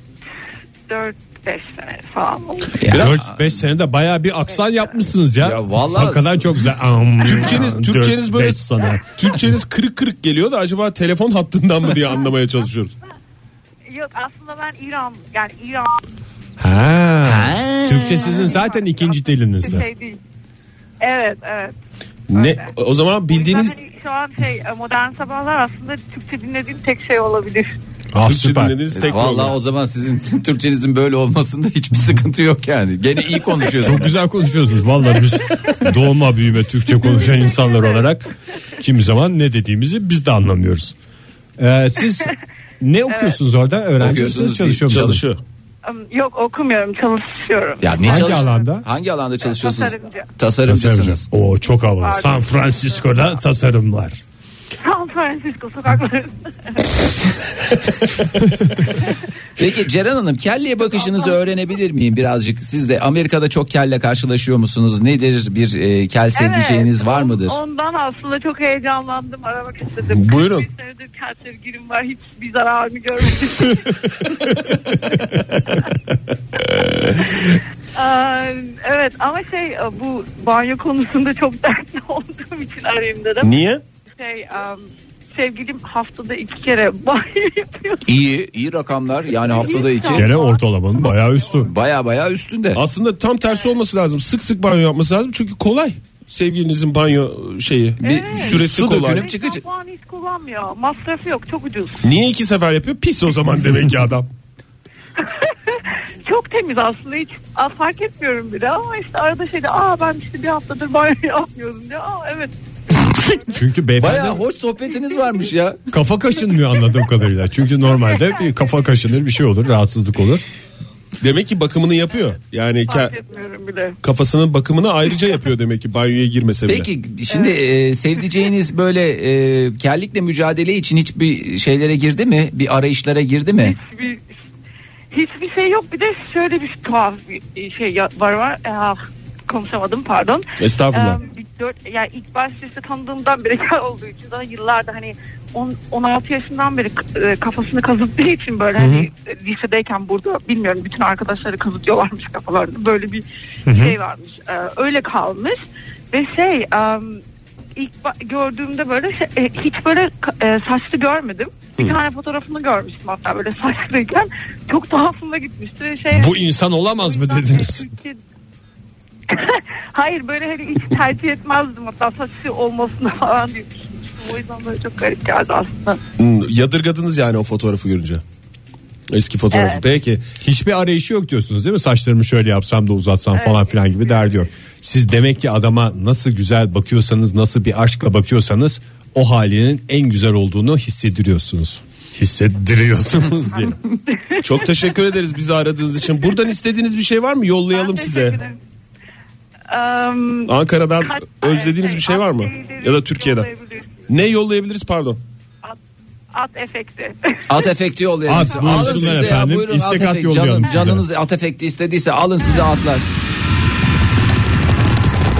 I: 4 5 sene falan oldu.
D: Ya-
C: 4-5 senede baya bir aksan yapmışsınız ya.
D: Ya vallahi-
C: Hakikaten çok güzel.
E: Türkçeniz,
C: Dört,
E: Türkçeniz böyle
C: beş sene.
E: Türkçeniz kırık kırık geliyor da acaba telefon hattından mı diye anlamaya çalışıyoruz.
I: Yok aslında ben İran yani İran
C: Ha. Türkçe sizin zaten ikinci
I: bir
C: dilinizde.
I: şey değil. Evet evet.
E: Ne o zaman bildiğiniz
I: e, O yüzden hani şu an şey modern sabahlar aslında Türkçe dinlediğim tek şey olabilir.
C: Ah,
E: Türkçe
C: süper.
E: dinlediğiniz tek
D: Vallahi
E: program.
D: o zaman sizin [LAUGHS] Türkçenizin böyle olmasında hiçbir sıkıntı yok yani. Gene iyi konuşuyorsunuz.
C: Güzel konuşuyorsunuz vallahi biz doğma büyüme Türkçe konuşan insanlar olarak kimi zaman ne dediğimizi biz de anlamıyoruz. Ee, siz ne okuyorsunuz orada? Öğrenci
D: Okuyorsunuz
C: misiniz
D: değil,
C: çalışıyor musunuz?
E: Çalışıyor.
I: Im, Yok okumuyorum çalışıyorum.
D: Ya ne
C: Hangi
D: çalış-
C: alanda?
D: Hangi alanda çalışıyorsunuz?
I: Tasarımcı.
D: Tasarımcısınız.
C: O çok havalı.
I: Pardon.
C: San Francisco'da tasarımlar.
I: [LAUGHS] San Francisco sokakları.
D: Peki Ceren Hanım kelleye bakışınızı öğrenebilir miyim birazcık? Siz de Amerika'da çok kelle karşılaşıyor musunuz? Nedir bir e, kel sevdiceğiniz var mıdır?
I: Ondan aslında çok heyecanlandım aramak istedim.
E: Buyurun.
I: Bir senedir kel sevgilim var hiç bir zararını görmedim. Ee, evet ama şey bu banyo konusunda çok dertli olduğum için arayayım dedim.
E: Niye?
I: Şey, em, sevgilim haftada iki kere banyo yapıyor.
D: İyi, iyi rakamlar. Yani haftada iki.
C: Gene ortalamanın bayağı üstü.
D: Baya baya üstünde.
E: Aslında tam tersi olması lazım. Sık sık banyo yapması lazım çünkü kolay. Sevgilinizin banyo şeyi bir süresi
D: su
E: kolay.
D: dökülüp çıkıcı.
I: Şampuanı hiç kullanmıyor. Masrafı yok çok ucuz.
E: Niye iki sefer yapıyor? Pis o
C: [LAUGHS]
E: zaman demek ki adam.
I: Çok temiz aslında hiç aa, fark etmiyorum bile ama işte arada şeyde aa ben işte bir haftadır banyo [LAUGHS] yapmıyordum diyor. Aa evet
C: Çünkü beyefendi
D: Baya hoş sohbetiniz varmış ya.
C: kafa kaşınmıyor anladığım kadarıyla. Çünkü normalde bir kafa kaşınır bir şey olur rahatsızlık olur.
E: Demek ki bakımını yapıyor. Yani
I: fark
E: ke-
I: etmiyorum bile.
E: kafasının bakımını ayrıca yapıyor demek ki banyoya girmese bile.
D: Peki şimdi e, sevdiceğiniz böyle e, kellikle mücadele için hiçbir şeylere girdi mi? Bir arayışlara girdi mi?
I: Hiçbir, hiçbir şey yok bir de şöyle bir tuhaf bir şey ya- var var. Ah, konuşamadım pardon.
E: Estağfurullah.
I: Ee, bir dört, yani ilk başta işte tanıdığımdan beri [LAUGHS] kel olduğu için daha yıllarda hani on- 16 yaşından beri e, kafasını kazıttığı için böyle hani e, lisedeyken burada bilmiyorum bütün arkadaşları kazıtıyorlarmış kafalarını böyle bir şey varmış Ee, öyle kalmış ve şey em, ilk ba- gördüğümde böyle şey- e, hiç böyle ka- e, saçlı görmedim bir tane fotoğrafını görmüştüm hatta böyle saçlıyken çok tuhafıma gitmişti ve şey
C: Bu insan olamaz mı dediniz?
I: [LAUGHS] Türkiye- Hayır böyle hani hiç tercih etmezdim hatta saçı olmasını [LAUGHS] falan diye düşünmüştüm. O yüzden böyle çok garip geldi aslında.
E: Hmm, Yadırgadınız yani o fotoğrafı görünce. Eski fotoğrafı. Peki.
C: Hiçbir arayışı yok diyorsunuz değil mi? Saçlarımı şöyle yapsam da uzatsam falan filan gibi derdi yok. Siz demek ki adama nasıl güzel bakıyorsanız nasıl bir aşkla bakıyorsanız o halinin en güzel olduğunu hissediriyorsunuz. Hissettiriyorsunuz diye.
E: Çok teşekkür ederiz bizi aradığınız için. Buradan istediğiniz bir şey var mı? Yollayalım
I: Ben
E: size.
I: teşekkür ederim. Eee,
E: Ankara'dan
I: kaç-
E: özlediğiniz bir şey var mı?
I: Ankara'yı
E: Ya da Türkiye'den.
I: yollayabilirsiniz.
E: Ne yollayabiliriz pardon?
I: At efekti. [LAUGHS]
D: At efekti yollayalım.
C: At
D: size.
C: buyursunlar
D: Alın size
C: efendim.
D: buyurun
C: İstek at
D: efekti.
C: yollayalım
D: Canın-
C: size.
D: Canınız at efekti istediyse alın size atlar.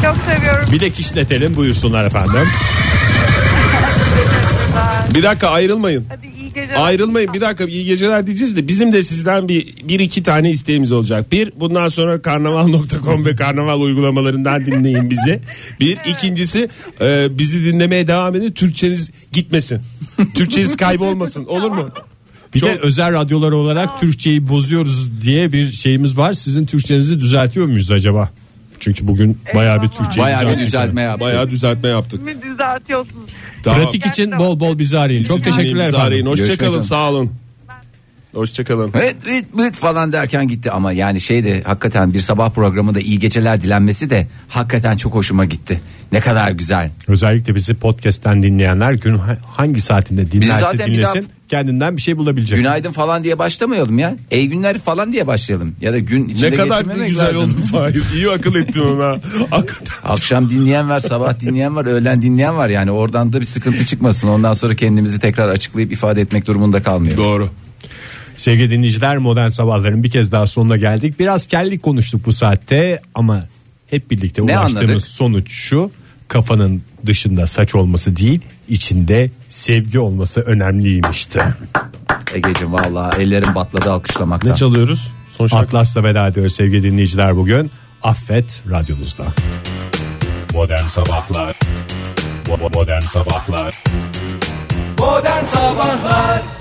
I: çok seviyorum.
C: bir de kişnetelim buyursunlar
I: [LAUGHS]
C: efendim.
E: Bir dakika ayrılmayın.
I: Hadi iyi geceler.
E: Ayrılmayın bir dakika iyi geceler diyeceğiz de bizim de sizden bir, bir iki tane isteğimiz olacak. Bir bundan sonra karnaval.com ve karnaval uygulamalarından dinleyin bizi. Bir ikincisi e, bizi dinlemeye devam edin Türkçeniz gitmesin. Türkçeniz kaybolmasın olur mu?
C: Bir
E: Çok-
C: de özel radyolar olarak Türkçeyi bozuyoruz diye bir şeyimiz var. Sizin Türkçenizi düzeltiyor muyuz acaba? Çünkü bugün bayağı bir Türkçe
D: Bayağı bir
C: düzelttik.
D: düzeltme yaptı.
E: Bayağı düzeltme yaptık.
I: Mi düzeltiyorsunuz?
E: Tamam.
C: Pratik için bol bol bizi arayın. Çok
E: Bizi
C: teşekkürler
E: dinleyiniz,
C: efendim.
E: arayın.
D: Görüşmek
E: Hoşçakalın
D: üzere.
E: sağ olun.
D: [LAUGHS]
E: Hoşçakalın.
D: Evet, evet, evet falan derken gitti ama yani şey de hakikaten bir sabah programında iyi geceler dilenmesi de hakikaten çok hoşuma gitti. Ne kadar güzel.
C: Özellikle bizi podcast'ten dinleyenler gün ha- hangi saatinde dinlerse
D: zaten bir
C: dinlesin
D: daha-
C: kendinden bir şey bulabilecek.
D: Günaydın falan diye başlamayalım ya. İyi günler falan diye başlayalım. Ya da gün içinde
E: Ne kadar
D: geçirmemek
E: güzel
D: lazım.
E: oldu Fahir. İyi akıl ettin ona. Hakikaten.
D: [LAUGHS] Akşam dinleyen var, sabah dinleyen var, öğlen dinleyen var. Yani oradan da bir sıkıntı çıkmasın. Ondan sonra kendimizi tekrar açıklayıp ifade etmek durumunda kalmıyor.
E: Doğru.
C: Sevgili dinleyiciler modern sabahların bir kez daha sonuna geldik. Biraz kellik konuştuk bu saatte ama hep birlikte
D: Ne
C: ulaştığımız
D: anladık?
C: sonuç şu. Kafanın dışında saç olması değil içinde sevgi olması önemliymişti.
D: Egeciğim E vallahi ellerim batladı alkışlamaktan.
E: çalıyoruz? Son şarkı.
C: Atlas'la veda ediyoruz sevgili dinleyiciler bugün. Affet radyonuzda.
A: Modern Sabahlar Bo- bo- Modern Sabahlar
B: Modern Sabahlar